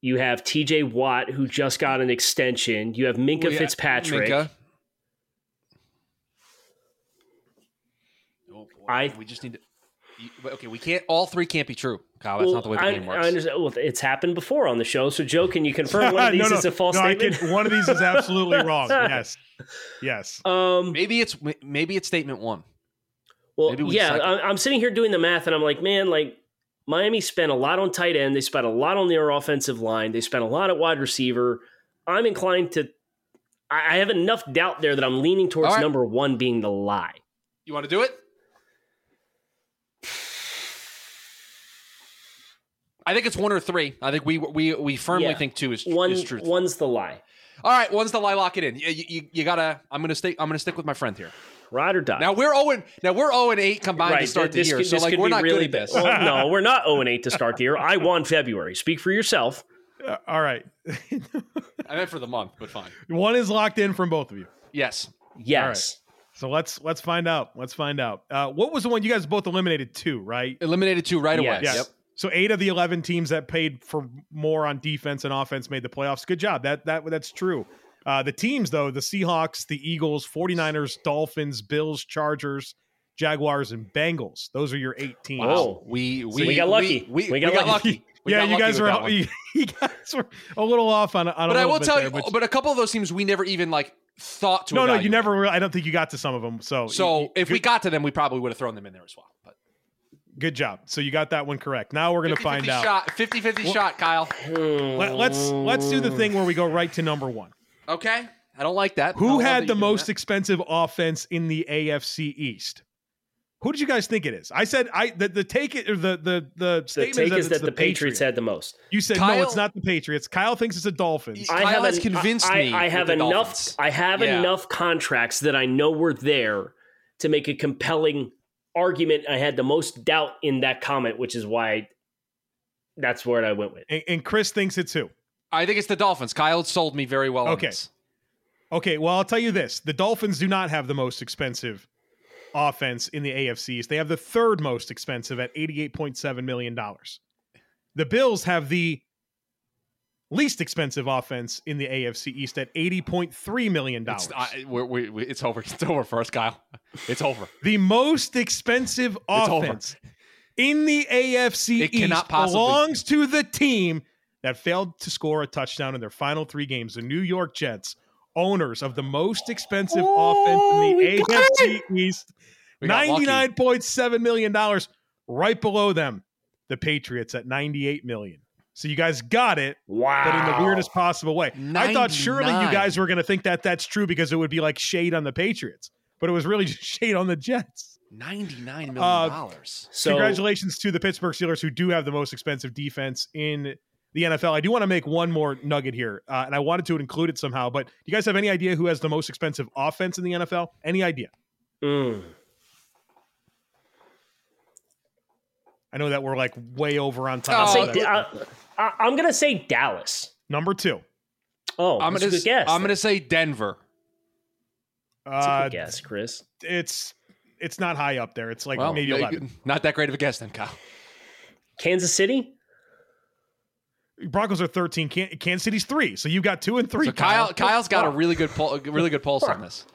You have T.J. Watt, who just got an extension. You have Minka Well, yeah, Fitzpatrick. Minka. Oh, boy. I- we just need to. you- but, Okay, we can't. All three can't be true, Kyle. That's Well, not the way the I, game I works. understand. Well, it's happened before on the show. So, Joe, can you confirm one of these no, no, is a false no, I statement? kid- one of these is absolutely wrong. Yes, yes. Um, Maybe it's maybe it's statement one. well, maybe we yeah, suck. I, I'm sitting here doing the math, and I'm like, man, like Miami spent a lot on tight end. They spent a lot on their offensive line. They spent a lot at wide receiver. I'm inclined to. I I have enough doubt there that I'm leaning towards All right. number one being the lie. You want to do it? I think it's one or three. I think we we we firmly Yeah. think two is One, is truthful. one's the lie. All right, one's the lie. Lock it in. You, you, you gotta. I'm gonna stick. I'm gonna stick with my friend here. Ride or die. Now we're Owen. Now we're Owen eight combined to start this the year. could- so this like could we're be not really good at this. bad. Well, no, we're not 0 and 8 to start the year. I won February. Speak for yourself. Uh, all right, I meant for the month, but fine. one is locked in from both of you. Yes. Yes. So let's let's find out. Let's find out. Uh, what was the one you guys both eliminated? Two, right? Eliminated two right away. Yes. Yes. So eight of the eleven teams that paid for more on defense and offense made the playoffs. Good job. That that that's true. Uh, the teams though, the Seahawks, the Eagles, 49ers, Dolphins, Bills, Chargers, Jaguars, and Bengals. Those are your eight teams. Wow. We we, we got lucky. We, We got got lucky. lucky. We yeah, got you lucky guys with were that one. you, guys were a little off on, a- on a But I little will bit tell there, you. but- But, a couple of those teams we never even like thought to. no, no, you evaluate. never. Really, I don't think you got to some of them. So, So you- you- if we got to them, we probably would have thrown them in there as well. But good job. So you got that one correct. Now we're gonna 50-50 find out. Shot, 50-50 shot, Kyle. Let, let's let's do the thing where we go right to number one. Okay. I don't like that. I don't Who love that had you're the doing most that. expensive offense in the AFC East? Who did you guys think it is? I said I the, the take it or the the the The statement take that is it's that the Patriots had the most. You said no, Kyle- it's not the Patriots. Kyle thinks it's the Dolphins. Kyle has an- convinced I, me I, I with have the enough. Dolphins. I have Yeah. enough contracts that I know were there to make a compelling argument. I had the most doubt in that comment, which is why that's what I went with. And, and Chris thinks it's who? I think it's the Dolphins. Kyle sold me very well. on Okay. this. Okay, well I'll tell you this: the Dolphins do not have the most expensive offense in the AFC East. They have the third most expensive at eighty-eight point seven million dollars. The Bills have the least expensive offense in the AFC East at eighty point three million dollars. It's, uh, I, we're, we, we, it's over. It's over for us, Kyle. It's over. the most expensive It's over. offense in the AFC It East cannot possibly- belongs to the team that failed to score a touchdown in their final three games. The New York Jets, owners of the most expensive offense in the AFC East, We got lucky. ninety-nine point seven million dollars. Right below them, the Patriots at ninety-eight million. So you guys got it Wow! but in the weirdest possible way. I thought surely you 99. guys were going to think that that's true because it would be like shade on the Patriots, but it was really just shade on the Jets. Ninety-nine million Uh, dollars. So Congratulations to the Pittsburgh Steelers who do have the most expensive defense in the NFL. I do want to make one more nugget here, uh, and I wanted to include it somehow. But do you guys have any idea who has the most expensive offense in the NFL? Any idea? Mm. I know that we're like way over on top. I'll I'll of say that. that's- I, I, I'm going to say Dallas. Number two, Oh, I'm that's a gonna. good guess. I'm gonna say Denver. That's a uh, good guess, Chris. it's it's not high up there. It's like Well, maybe maybe- eleven. Not that great of a guess, then, Kyle. Kansas City. Broncos are 13. Can- Kansas City's three. So you got two and three. So Kyle, Kyle's got a really good, pul- a really good pulse on this.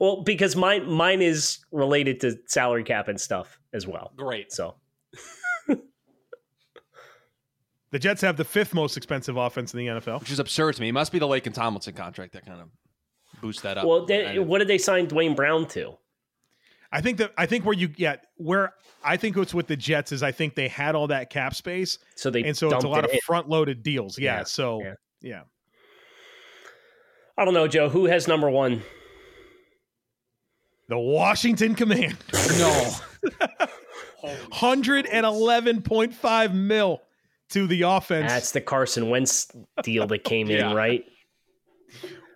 Well, because mine mine is related to salary cap and stuff as well. Great. So The Jets have the fifth most expensive offense in the NFL. Which is absurd to me. It must be the Lake and Tomlinson contract that kind of boosts that up. well, they, I- what did they sign Dwayne Brown to? I think that I think where you get where I think it's with the Jets is I think they had all that cap space, So they and so it's dumped a lot it of in. front loaded deals. Yeah, Yeah, so yeah. yeah. I don't know, Joe. Who has number one? The Washington Command, no. hundred and eleven point five mil to the offense. That's the Carson Wentz deal that came Yeah. in, right?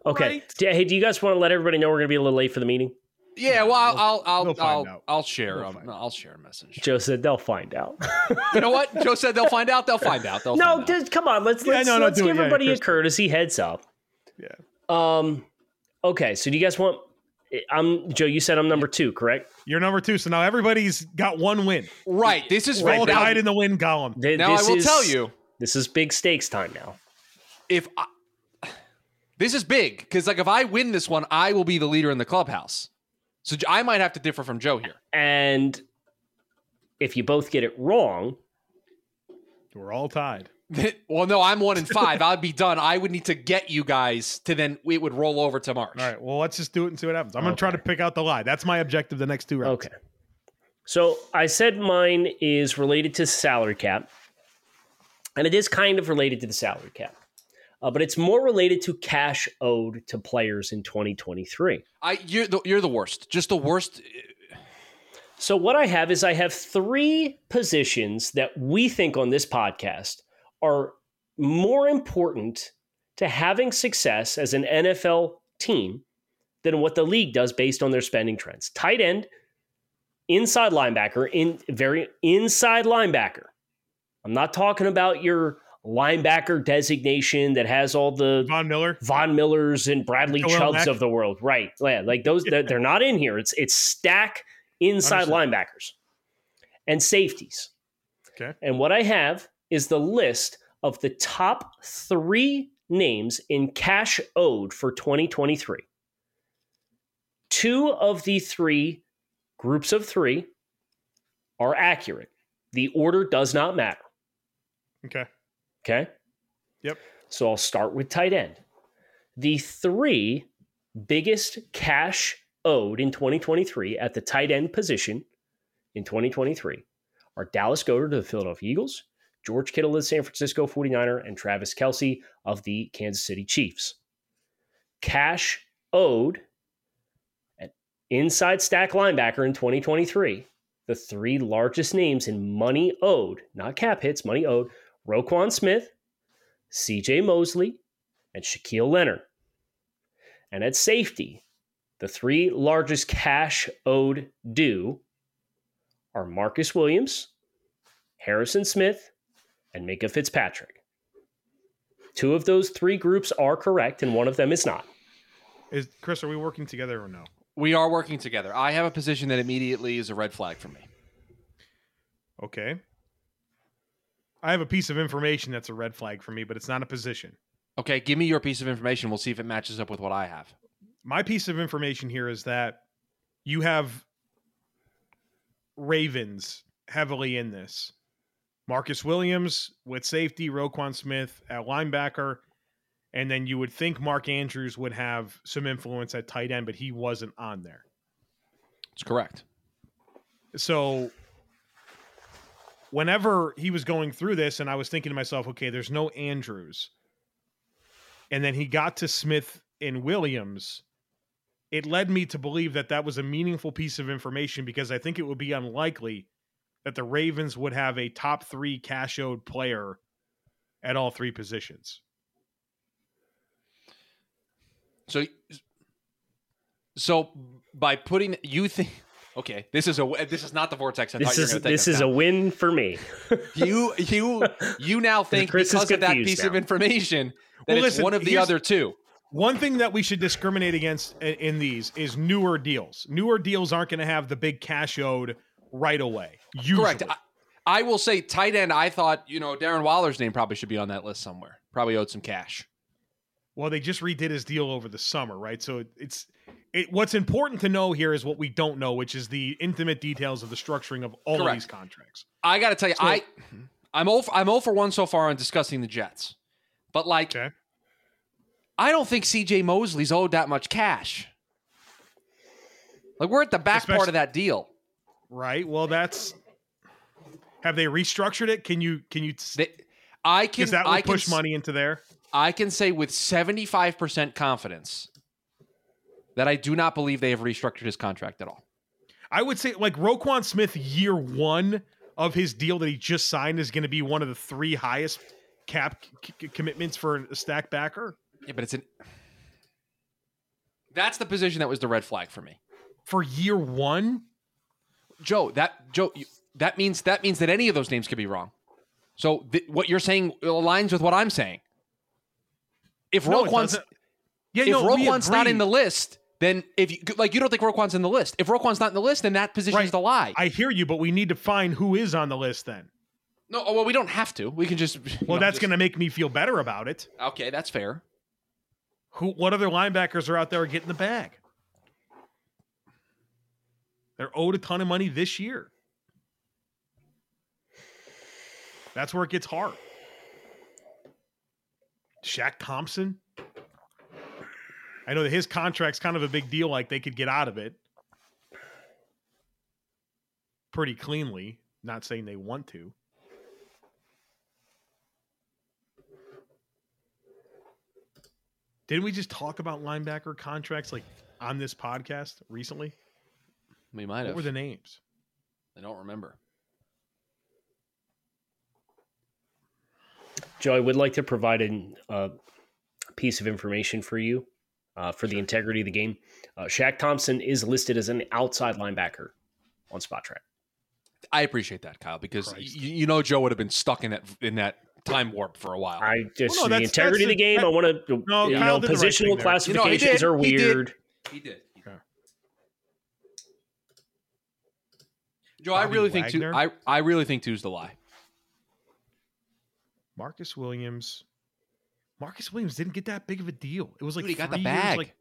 Okay. Right. D- Hey, do you guys want to let everybody know we're going to be a little late for the meeting? Yeah, well, I'll I'll We'll I'll, find I'll, out. I'll share We'll um, find no, I'll share a message. Joe said they'll find out. You know what? Joe said they'll find out. They'll find out. They'll no, find out. dude, come on. Let's Yeah, let's, no, no, let's do give it. Yeah, everybody a Chris- courtesy heads up. Yeah. Um. Okay. So do you guys want? I'm Joe. You said I'm number two, correct? You're number two, so now everybody's got one win. right. This is We're all now, tied in the win column. Th- now I this will is- tell you this is big stakes time now. if I, this is big because like if I win this one, I will be the leader in the clubhouse. So J- I might have to differ from Joe here. And if you both get it wrong, We're all tied. well, no, I'm one in five. I'd be done. I would need to get you guys to then it would roll over to March. All right, well, let's just do it and see what happens. I'm gonna try to Okay. pick out the lie. That's my objective. The next two rounds. okay. So I said mine is related to salary cap, and it is kind of related to the salary cap, uh, but it's more related to cash owed to players in 2023. I you're the, you're the worst. Just the worst. eh, So what I have is I have three positions that we think on this podcast are more important to having success as an NFL team than what the league does based on their spending trends. Tight end, inside linebacker, in very inside linebacker. I'm not talking about your linebacker designation that has all the Von Miller. Von Millers and Bradley Joel Chubbs Mack. of the world, right? Yeah, like those, they're, they're not in here. It's it's stack inside Understood. linebackers and safeties. Okay. And what I have is the list of the top three names in cash owed for 2023. Two of the three groups of three are accurate. The order does not matter. Okay. Okay. Yep. So I'll start with tight end. The three biggest cash owed in 2023 at the tight end position in 2023 are Dallas Goddard to the Philadelphia Eagles, George Kittle of the San Francisco 49er, and Travis Kelsey of the Kansas City Chiefs. Cash owed at inside stack linebacker in 2023. The three largest names in money owed, not cap hits, money owed, Roquan Smith, CJ Mosley, and Shaquille Leonard. And at safety, the three largest cash owed due are Marcus Williams, Harrison Smith, and Micah Fitzpatrick. Two of those three groups are correct, and one of them is not. Is Chris? Are we working together or no? We are working together. I have a position that immediately is a red flag for me. Okay. I have a piece of information that's a red flag for me, but it's not a position. Okay, give me your piece of information. We'll see if it matches up with what I have. My piece of information here is that you have Ravens heavily in this. Marcus Williams with safety, Roquan Smith at linebacker, and then you would think Mark Andrews would have some influence at tight end, but he wasn't on there. It's correct. so whenever he was going through this and i was thinking to myself okay there's no andrews and then he got to smith and williams it led me to believe that that was a meaningful piece of information because i think it would be unlikely that the ravens would have a top three cash owed player at all three positions So, so by putting you think, okay, this is a this is not the vortex. I This thought you were is gonna take this us is a down. win for me. you you you now think Chris is because of that confused piece of now. information that Well, it's listen, one of the here's- other two. One thing that we should discriminate against i- in these is newer deals. Newer deals aren't going to have the big cash owed right away. Usually. Correct. I, I will say tight end. I thought you know Darren Waller's name probably should be on that list somewhere. Probably owed some cash. Well, they just redid his deal over the summer, right? So it, it's it, what's important to know here is what we don't know, which is the intimate details of the structuring of all of Correct. these contracts. I got to tell you, So- I I'm over I'm over for one so far on discussing the Jets, but like Okay. I don't think C.J. Mosley's owed that much cash. Like we're at the back part Especially- of that deal. Right. Well, that's have they restructured it? Can you can you They, I can because that I would can push s- money into there? I can say with 75% confidence that I do not believe they have restructured his contract at all. I would say like Roquan Smith year one of his deal that he just signed is going to be one of the three highest cap c- c- commitments for a stack backer Yeah, but it's an That's the position that was the red flag for me. for year one. Joe, that Joe you- that means that means that any of those names could be wrong. So th- what you're saying aligns with what I'm saying. If No, it Roquan's doesn't. Yeah, if no, we Roquan's not agree. in the list, then if you like you don't think Roquan's in the list. If Roquan's not in the list, then that position's Right. the lie. I hear you, but we need to find who is on the list then. no, oh, well we don't have to. We can just Well, that's going to make me feel better about it. to Okay, that's fair. Who? What other linebackers are out there getting the bag? They're owed a ton of money this year. That's where it gets hard. Shaq Thompson. I know that his contract's kind of a big deal. Like they could get out of it pretty cleanly. Not saying they want to. Didn't we just talk about linebacker contracts like on this podcast recently? We might What have. were the names? I don't remember. Joe, I would like to provide an, uh, a piece of information for you uh, for the integrity of the game. Uh, Shaq Thompson is listed as an outside linebacker on Spot Track. I appreciate that, Kyle, because y- you know Joe would have been stuck in that in that time warp for a while. I just Well, no, the that's- integrity of the that's game. a- I want to, No, you Kyle know, did the right thing there. positional You know, he classifications did. are He did. weird. he did. Yeah. Joe, I Bobby really think two, Wagner? I I really think two's the lie. Marcus Williams. Marcus Williams didn't get that big of a deal. It was like Dude, he got the three years, bag. like-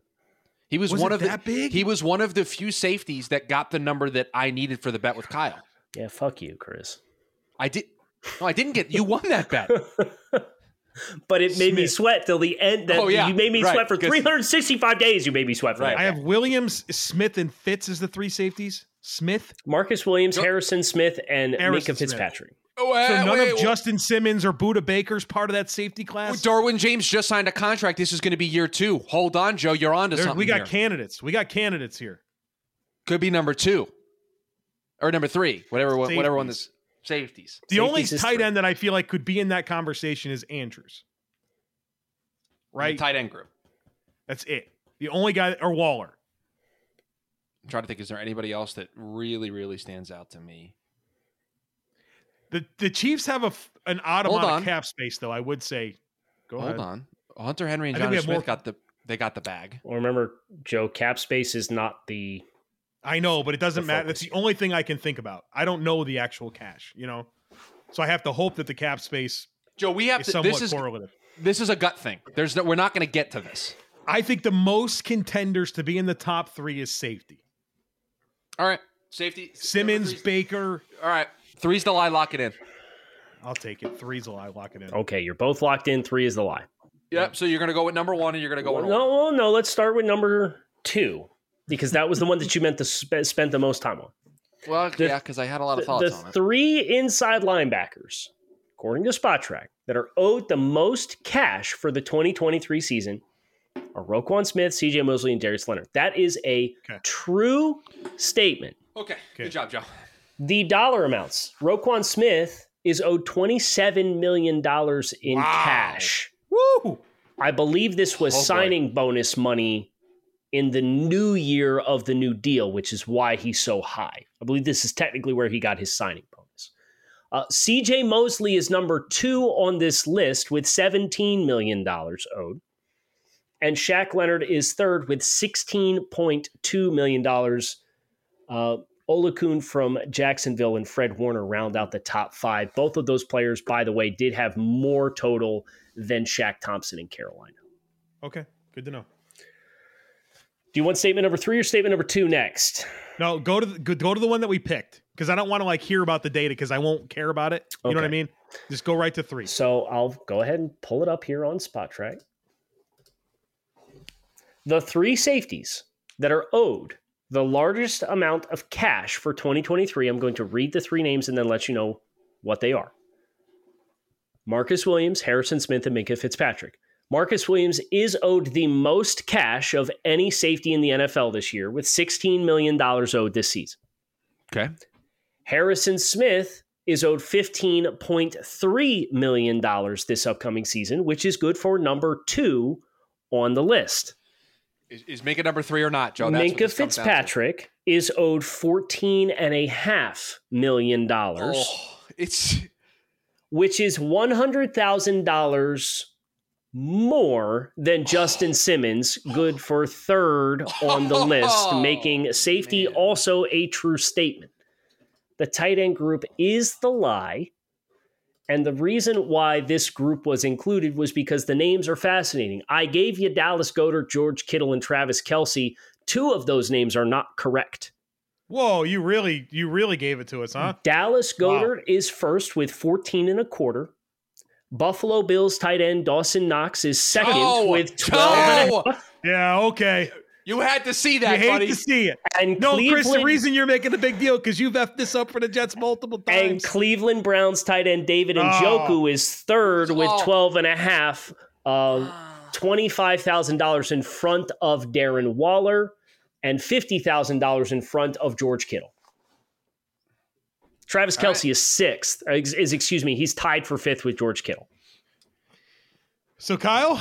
He was, Was one it of the, that big? He was one of the few safeties that got the number that I needed for the bet with Kyle. Yeah, fuck you, Chris. I did. No, I didn't get. You won that bet. But it made me Smith. sweat till the end. That Oh, yeah, you made me right, sweat for because- 365 days. You made me sweat for Right. that. I have Williams, Smith, and Fitz as the three safeties. Smith. Marcus Williams, Harrison Smith, and Harrison Mika Smith. Fitzpatrick. Oh, So uh, none wait, of wait. Justin Simmons or Buda Baker's part of that safety class. Darwin James just signed a contract. This is going to be year two. Hold on, Joe. You're on to There- something. we got here. candidates. We got candidates here. could be number two or number three, whatever. one- Whatever one Safeties. this safeties. The only Safeties is tight three. end that I feel like could be in that conversation is Andrews. Right. Right? tight end group. That's it. The only guy or Waller. I'm trying to think. Is there anybody else that really, really stands out to me? The the Chiefs have a f- an odd Hold amount on. of cap space though. I would say. Go Hold ahead. on. Hunter Henry and I think Johnny we have Smith more- got the they got the bag. Well, remember, Joe, cap space is not the I know, but it doesn't The matter. That's focus. the only thing I can think about. I don't know the actual cash, you know, so I have to hope that the cap space Joe, we have is to. somewhat This is correlative. this is a gut thing. There's no, we're not going to get to this. I think the most contenders to be in the top three is safety. All right, safety Simmons, Baker. All right, three's the lie. Lock it in. I'll take it. Three's a lie. Lock it in. okay. You're both locked in. Three is the lie. Yep. So you're going to go with number one, and you're going to go Well, with no, well, no. Let's start with number two because that was the one that you meant to spe- spend the most time on. Well, The- yeah, because I had a lot of The, thoughts the on it. three inside linebackers, according to Spot Track, that are owed the most cash for the 2023 season are Roquan Smith, CJ Mosley, and Darius Leonard. That is a Okay. true statement. okay, Okay. good job, Joe. The dollar amounts Roquan Smith is owed $27 million in cash. Woo! I believe this was Oh, boy. signing bonus money in the new year of the new deal, which is why he's so high. I believe this is technically where he got his signing bonus. Uh, CJ Mosley is number two on this list with $17 million owed. And Shaq Leonard is third with $16.2 million uh, Olakun from Jacksonville and Fred Warner round out the top five. Both of those players, by the way, did have more total than Shaq Thompson in Carolina. Okay, good to know. Do you want statement number three or statement number two next? No, go to the, go, go to the one that we picked because I don't want to like hear about the data because I won't care about it. You know what I Okay. mean? Just go right to three. So I'll go ahead and pull it up here on SpotTrack. The three safeties that are owed the largest amount of cash for 2023. I'm going to read the three names and then let you know what they are. Marcus Williams, Harrison Smith, and Minka Fitzpatrick. Marcus Williams is owed the most cash of any safety in the NFL this year, with $16 million owed this season. Okay. Harrison Smith is owed $15.3 million this upcoming season, which is good for number two on the list. Is, is Minka number three or not, Joe? Oh, That's what Minka this comes down to. Fitzpatrick is owed $14.5 million, Oh, it's which is $100,000 more than Justin Simmons, good for third on the list, making safety man. also a true statement. The tight end group is the lie. And the reason why this group was included was because the names are fascinating. I gave you Dallas Goddard, George Kittle, and Travis Kelsey. Two of those names are not correct. Whoa, you really you really gave it to us, huh? Dallas Wow. Goddard is first with 14 and a quarter. Buffalo Bills tight end Dawson Knox is second Joe, with 12 and, a- Joe, Yeah, okay. you had to see You that, hate buddy. to see it. and No, Cleveland, Chris, the reason you're making a big deal because you've effed this up for the Jets multiple and times. Cleveland Browns tight end David Ah. Njoku is third with Oh. 12 and a half um, Ah. $25,000 in front of Darren Waller and $50,000 in front of George Kittle. Travis All right. Kelsey is sixth. Is, is excuse me, he's tied for fifth with George Kittle. so Kyle,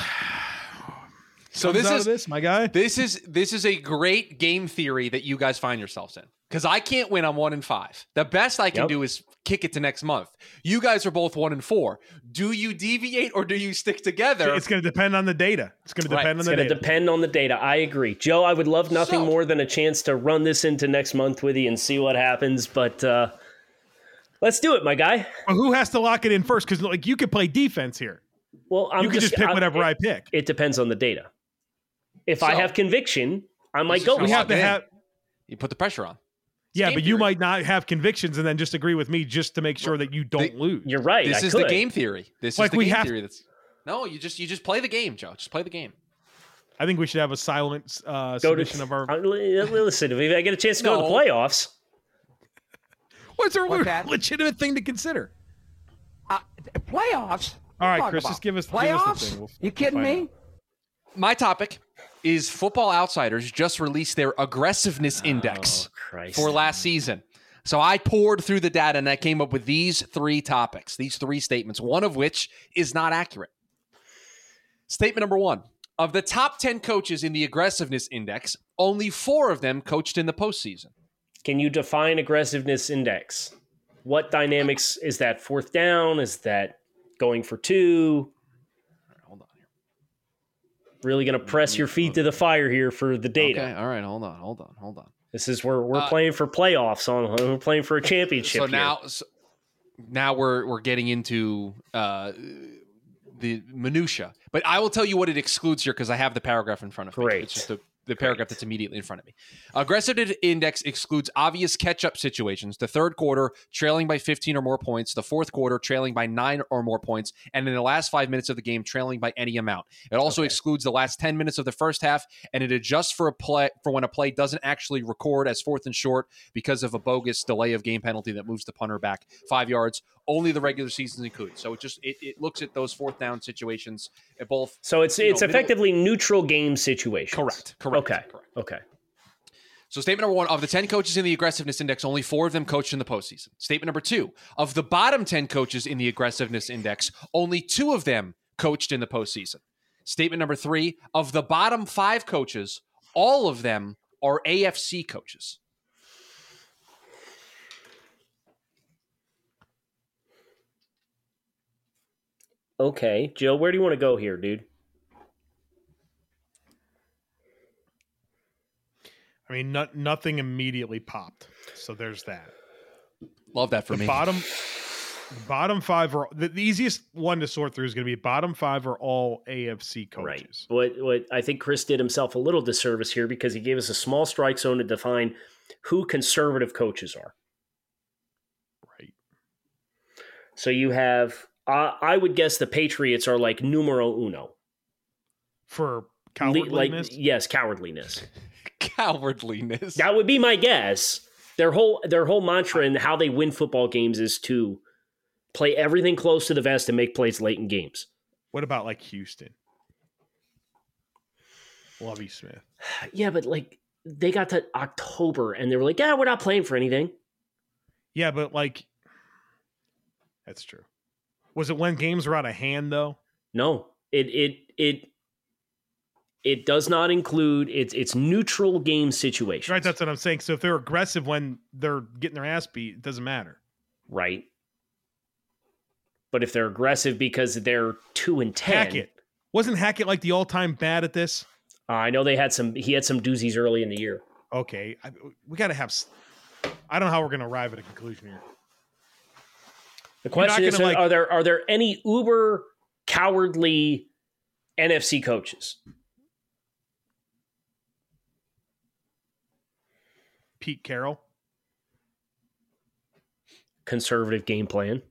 so comes this out of is this, my guy. this is this is a great game theory that you guys find yourselves in because i can't win i'm one in five the best i can Yep. do is kick it to next month you guys are both one in four do you deviate or do you stick together It's going to depend on the data. It's going to Right, depend on It's the going to data. depend on the data. I agree. Joe, I would love nothing So- more than a chance to run this into next month with you and see what happens. But uh, let's do it, my guy. But who has to lock it in first? Because like you could play defense here. Well, I'm you could just, pick I- whatever it, I pick. It depends on the data. If I So- have conviction, I might is go. how with We it. have to lock it in. have. you put the pressure on Yeah, game but you theory. might not have convictions and then just agree with me just to make sure that you don't They- lose. You're right. this I is could. the game theory this Like, is the we game have- theory that's no you just you just play the game joe just play the game I think we should have a silent uh, Go to, submission of our. I- li- listen, if I get a chance to go to No. the playoffs, What's a What, Pat? legitimate thing to consider? Uh, playoffs? All right, Talk Chris, about just give us- give us the playoffs. thing. We'll- you kidding we'll find me? my topic is football outsiders just released their aggressiveness index Oh, Christ. for last season. So I poured through the data and I came up with these three topics, these three statements, one of which is not accurate. Statement number one of the top 10 coaches in the aggressiveness index, only four of them coached in the postseason. Can you define aggressiveness index? What dynamics is that? Fourth down? Is that going for two? Hold on here. Really going to press your feet to the fire here for the data. Okay. All right. Hold on. Hold on. Hold on. This is where we're Uh, playing for playoffs on. We're playing for a championship. So here. now, so now we're we're getting into uh, the minutia. But I will tell you what it excludes here because I have the paragraph in front of me. Great. It's just the, the paragraph that's immediately in front of me. Aggressive index excludes obvious catch-up situations: the third quarter trailing by 15 or more points, the fourth quarter trailing by nine or more points, and in the last five minutes of the game trailing by any amount. It also excludes the last 10 minutes of the first half, and it adjusts for a play for when a play doesn't actually record as fourth and short because of a bogus delay of game penalty that moves the punter back five yards. Only the regular season's included. So it just it, it looks at those fourth down situations at both. so it's you know, it's middle- effectively neutral game situation. Correct. Correct. Okay. Correct. Okay. So, statement number one of the 10 coaches in the aggressiveness index, only four of them coached in the postseason. Statement number two of the bottom 10 coaches in the aggressiveness index, only two of them coached in the postseason. Statement number three of the bottom five coaches, all of them are AFC coaches. Okay, Joe, where do you want to go here, dude? I mean, not, nothing immediately popped. So there's that. Love that for the me. bottom the bottom five are the, the easiest one to sort through is going to be bottom five are all AFC Right. coaches. What what I think Chris did himself a little disservice here because he gave us a small strike zone to define who conservative coaches are. Right. So you have I I would guess the Patriots are like numero uno. For Le- like cowardliness, yes, cowardliness. Cowardliness. That would be my guess. Their whole their whole mantra and how they win football games is to play everything close to the vest and make plays late in games. what about like Houston? Lovey Smith. Yeah, but like they got to October and they were like, "Yeah, we're not playing for anything." Yeah, but like that's true. Was it when games were out of hand though? No, it it it it does not include it's it's neutral game situations. Right, that's what I'm saying. So if they're aggressive when they're getting their ass beat, it doesn't matter. right. But if they're aggressive because they're two and ten, Hackett. Wasn't Hackett like the all time bad at this? Uh, I know they had some. He had some doozies early in the year. Okay. I, we got to have. s- I don't know how we're going to arrive at a conclusion here. The You're not question is: gonna, like- Are there are there any uber cowardly NFC coaches? Pete Carroll. Conservative game plan.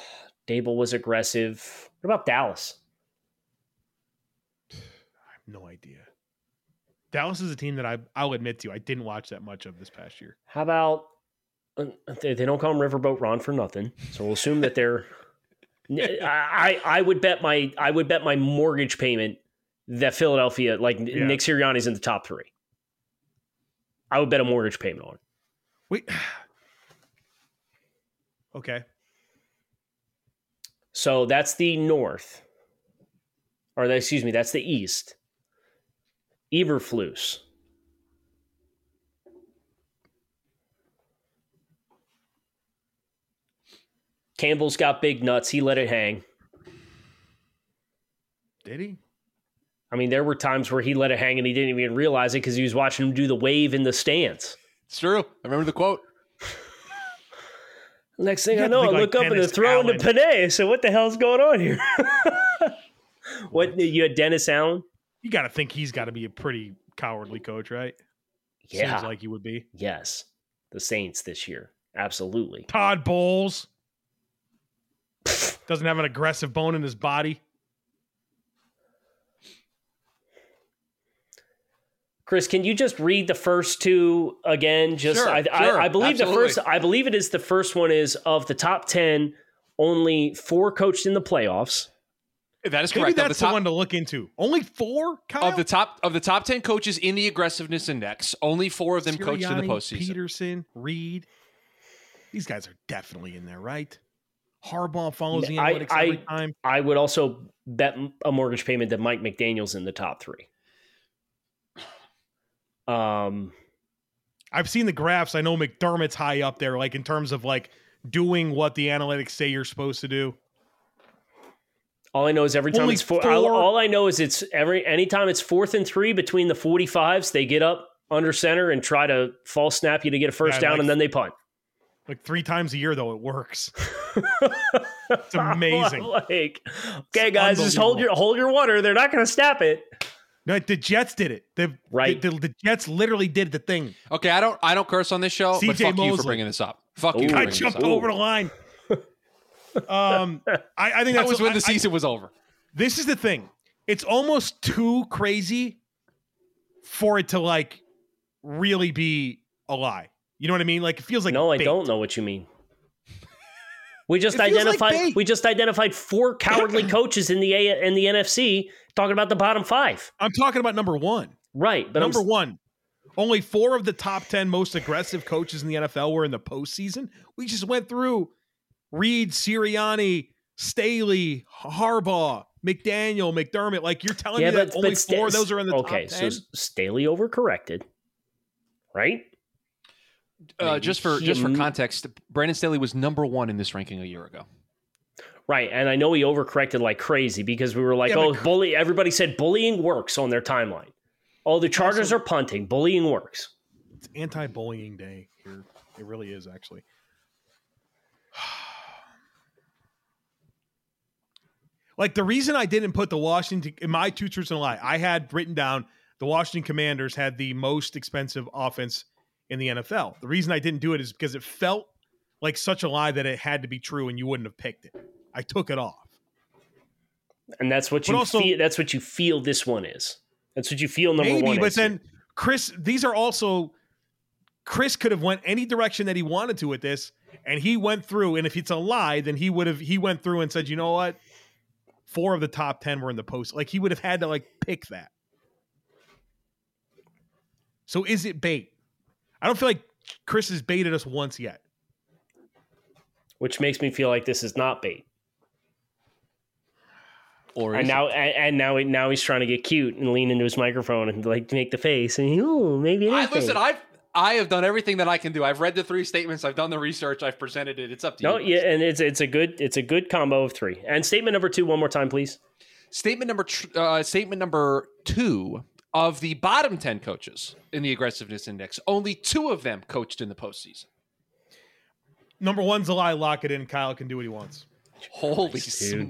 Dable was aggressive. What about Dallas? I have no idea. Dallas is a team that I, I'll admit to, I didn't watch that much of this past year. How about uh, they, they don't call him Riverboat Ron for nothing? So we'll assume that they're. I, I I would bet my I would bet my mortgage payment that Philadelphia like Yeah. Nick Sirianni's in the top three. I would bet a mortgage payment on. it. Wait. okay. So that's the north, or the, excuse me, that's the east. Eberflus. Campbell's got big nuts. He let it hang. Did he? I mean, there were times where he let it hang and he didn't even realize it because he was watching him do the wave in the stands. It's true. I remember the quote. Next thing You I have to know, I think like look up and they're Dennis throwing to Allen. Panay. So what the hell's going on here? what you had Dennis Allen? You got to think he's got to be a pretty cowardly coach, right? Yeah. Seems like he would be. yes. The Saints this year. Absolutely. Todd Bowles doesn't have an aggressive bone in his body. Chris, can you just read the first two again? Just Sure, I, sure, I, I believe absolutely. the first I believe it is the first one is of the top ten, only four coached in the playoffs. That is Maybe correct. Of that's the top, the one to look into. Only four, Kyle? of the top of the top ten coaches in the aggressiveness index, only four of them coached in the Sirianni, postseason. Peterson, Reed. These guys are definitely in there, right? Harbaugh follows the I- analytics every I- time. I would also bet m- a mortgage payment that Mike McDaniel's in the top three. Um, I've seen the graphs. I know McDermott's high up there, like in terms of like doing what the analytics say you're supposed to do. all I know is every time Only it's four, All, four. all I know is it's every anytime it's fourth and three between the forty fives, they get up under center and try to false snap you to get a first Yeah, down, like- and then they punt. Like three times a year, though, it works. it's amazing. like, okay, guys, just hold your hold your water. They're not going to snap it. Like the Jets did it. The, Right. The, the, the Jets literally did the thing. Okay, I don't I don't curse on this show, but fuck CJ you for Mosley. bringing this up. Fuck Ooh. you. For I I bringing jumped this up. over the line. um, I, I That think that's was when the I- I- season was over. this is the thing. It's almost too crazy for it to like really be a lie. You know what I mean? Like it feels like no, I bait. don't know what you mean. We just It feels like identified. bait. we just identified four cowardly coaches in the A in the NFC. Talking about the bottom five, I'm talking about number one. right? But number I'm, one. Only four of the top ten most aggressive coaches in the NFL were in the postseason. We just went through Reed, Sirianni, Staley, Harbaugh, McDaniel, McDermott. Like you're telling yeah, me but, that but only Sta- four of those are in the okay, top ten. so Staley overcorrected, right? Uh, just for He just for am- context, Brandon Staley was number one in this ranking a year ago. Right, and I know he overcorrected like crazy because we were like, Yeah, "Oh, but- bully!" Everybody said bullying works on their timeline. Oh, the Chargers are punting. Bullying works. It's anti-bullying day here. It really is actually. Like the reason I didn't put the Washington in my two truths and a lie, I had written down the Washington Commanders had the most expensive offense in the NFL. The reason I didn't do it is because it felt like such a lie that it had to be true, and you wouldn't have picked it. I took it off. And that's what But you also- feel that's what you feel this one is. That's what you feel number maybe one. but is. then chris these are also chris could have went any direction that he wanted to with this and he went through and if it's a lie then he would have he went through and said you know what four of the top 10 were in the post like he would have had to like pick that so is it bait i don't feel like chris has baited us once yet which makes me feel like this is not bait. Or And now and and now he- now he's trying to get cute and lean into his microphone and like make the face and oh maybe it I, is. listen, bait." I've I have done everything that I can do. I've read the three statements. I've done the research. I've presented it. It's up to no, you. yeah, and it's it's a good it's a good combo of three. And statement number two, one more time, please. Statement number tr- uh, statement number two of the bottom ten coaches in the aggressiveness index. Only two of them coached in the postseason. number one's a lie lock it in kyle can do what he wants Holy dude.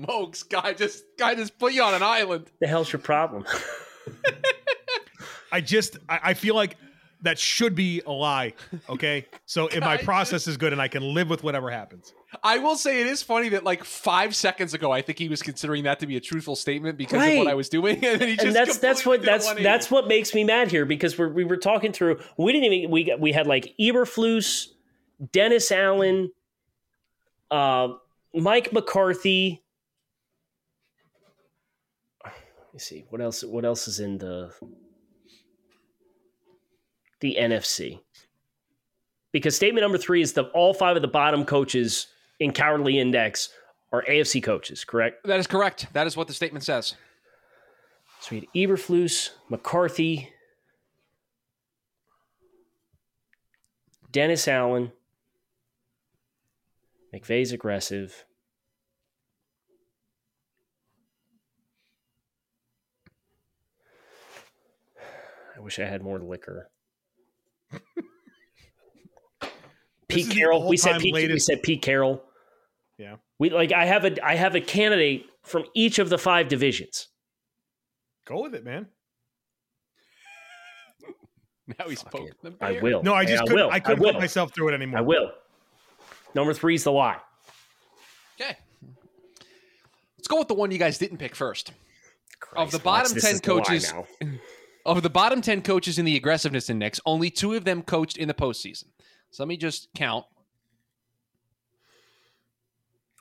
smokes, guy! Just guy just put you on an island. The hell's your problem? I just I, I feel like that should be a lie. Okay. So if my process is good and I can live with whatever happens. I will say it is funny that like five seconds ago, I think he was considering that to be a truthful statement because of Right. what I was doing, and then he just and that's that's completely what did a that's 180. that's what makes me mad here because we're, we were talking through we didn't even we got- we had like Eberflus, Dennis Allen, uh, Mike McCarthy. Let me see what else what else is in the the NFC because statement number three is the all five of the bottom coaches in cowardly index are AFC coaches, correct? that is correct. That is what the statement says. So we had Eberflus, McCarthy, Dennis Allen, McVay's aggressive. I wish I had more liquor. This Pete is the Carroll. We said all-time Pete, we latest- said Pete Carroll. Yeah. We like I have a I have a candidate from each of the five divisions. Go with it, man. Now he's poking it. the bear. I will. No, I And just I couldn't will. I couldn't I put will. myself through it anymore. I will. Number three is the lie. Okay. Let's go with the one you guys didn't pick first. Christ, the bottom Lex, this 10 is the lie coaches- now. Of the bottom 10 coaches in the aggressiveness index, only two of them coached in the postseason. So let me just count.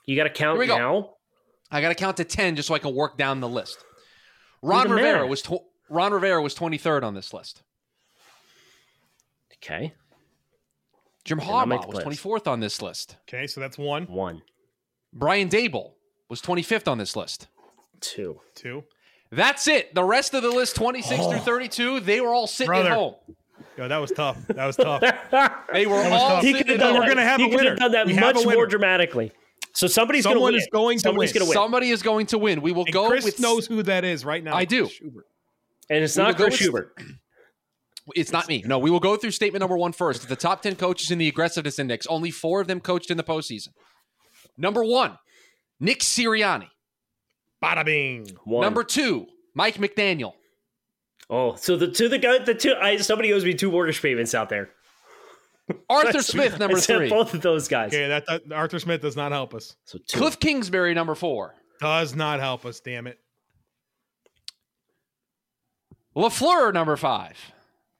you got to count Here we go. now. I got to count to 10 just so I can work down the list. Ron the Rivera math. was tw- Ron Rivera was 23rd on this list. Okay, Jim I'll make Harbaugh the was playoffs. 24th on this list. Okay, so that's one, one, Brian Dable was 25th on this list. two. two. That's it. The rest of the list, 26 through 32, they were all sitting Oh. Brother. at home. Yo, that was tough. That was tough. They were was all tough. He sitting could've at done home. We're gonna have he a could've winner. done that We have a much more winner. dramatically. So somebody's going to Someone win. is going to Somebody's win. going to win, Somebody is going to win. We will And go Chris with knows who that is right now. I do. Schubert. and it's We will not go Chris with- Schubert. It's not me. No, we will go through statement number one first. The top 10 coaches in the aggressiveness index, only four of them coached in the postseason. Number one, Nick Sirianni. Bada bing. One. Number two, Mike McDaniel. oh, so the two, the guy, the two. I, somebody owes me two mortgage payments out there. Arthur Smith, number I said three. Both of those guys. Okay, that, that- Arthur Smith does not help us. So two. Cliff Kingsbury, number four. Does not help us, damn it. LaFleur, number five.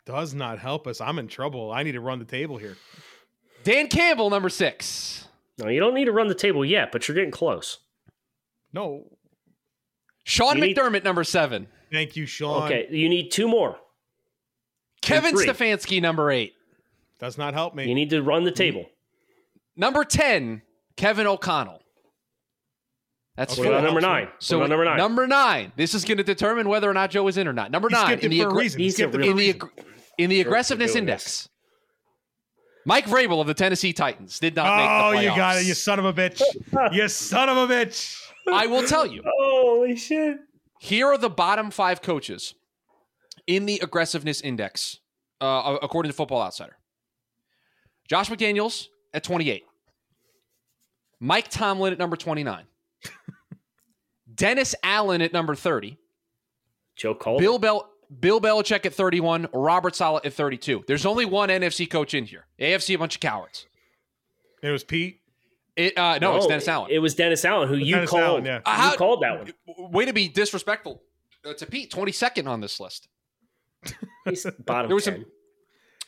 Does not help us. I'm in trouble. I need to run the table here. Dan Campbell, number six. No, you don't need to run the table yet, but you're getting close. No. Sean You need- McDermott, number seven. Thank you, Sean. Okay, you need two more. Kevin three. Stefanski, number eight. Does not help me. You need to run the table. Number 10, Kevin O'Connell. That's Okay. What four. about number nine? So what about number nine? Number nine. This is going to determine whether or not Joe is in or not. Number He nine skipped in it the for a aggra- reason. He These skipped are it for a in the reason. aggr- in the aggressiveness doing index. Mike Vrabel of the Tennessee Titans did not Oh, make the playoffs. you got it, you son of a bitch. you son of a bitch. I will tell you. Holy shit! Here are the bottom five coaches in the aggressiveness index, uh, according to Football Outsider. Josh McDaniels at 28. Mike Tomlin at number 29. Dennis Allen at number 30. Joe Cole. Bill Bel- Bill Belichick at 31, Robert Sala at 32. There's only one NFC coach in here. AFC a bunch of cowards. It was Pete. It uh no, it's Dennis Allen. Oh, It was Dennis Allen who you Dennis called. Allen, yeah. Uh, how- You called that one. Way to be disrespectful uh, to Pete, 22nd on this list. He's bottom There was some- 10.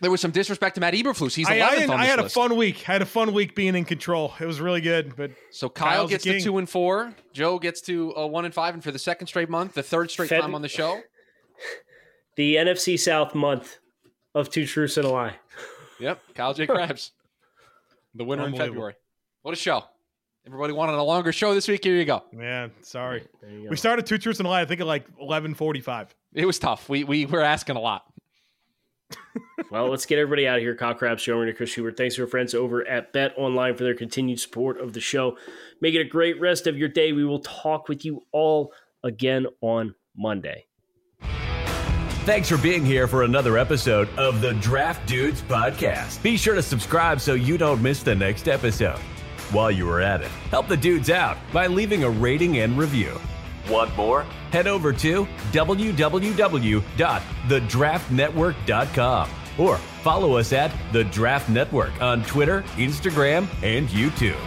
There was some disrespect to Matt Eberflus. He's 11th I, I, had- on I this had list. a fun week. I had a fun week being in control. It was really good, but so Kyle Kyle's the gets to king. 2 and 4, Joe gets to uh, 1 and 5 and for the second straight month, the third straight Fed- time on the show. The NFC South month of two truths and a lie. Yep, Kyle J. Krabs. the winner in Unbelievable. February. What a show. Everybody wanted a longer show this week. Here you go. man, sorry. There you go. We started two truths and a lie. I think at like eleven forty-five. It was tough. We we were asking a lot. Well, let's get everybody out of here. Cock Crab, Show and Chris Schubert. Thanks to our friends over at Bet Online for their continued support of the show. Make it a great rest of your day. We will talk with you all again on Monday. Thanks for being here for another episode of the Draft Dudes Podcast. Be sure to subscribe so you don't miss the next episode. While you are at it, help the dudes out by leaving a rating and review. Want more? Head over to www.thedraftnetwork.com or follow us at The Draft Network on Twitter, Instagram, and YouTube.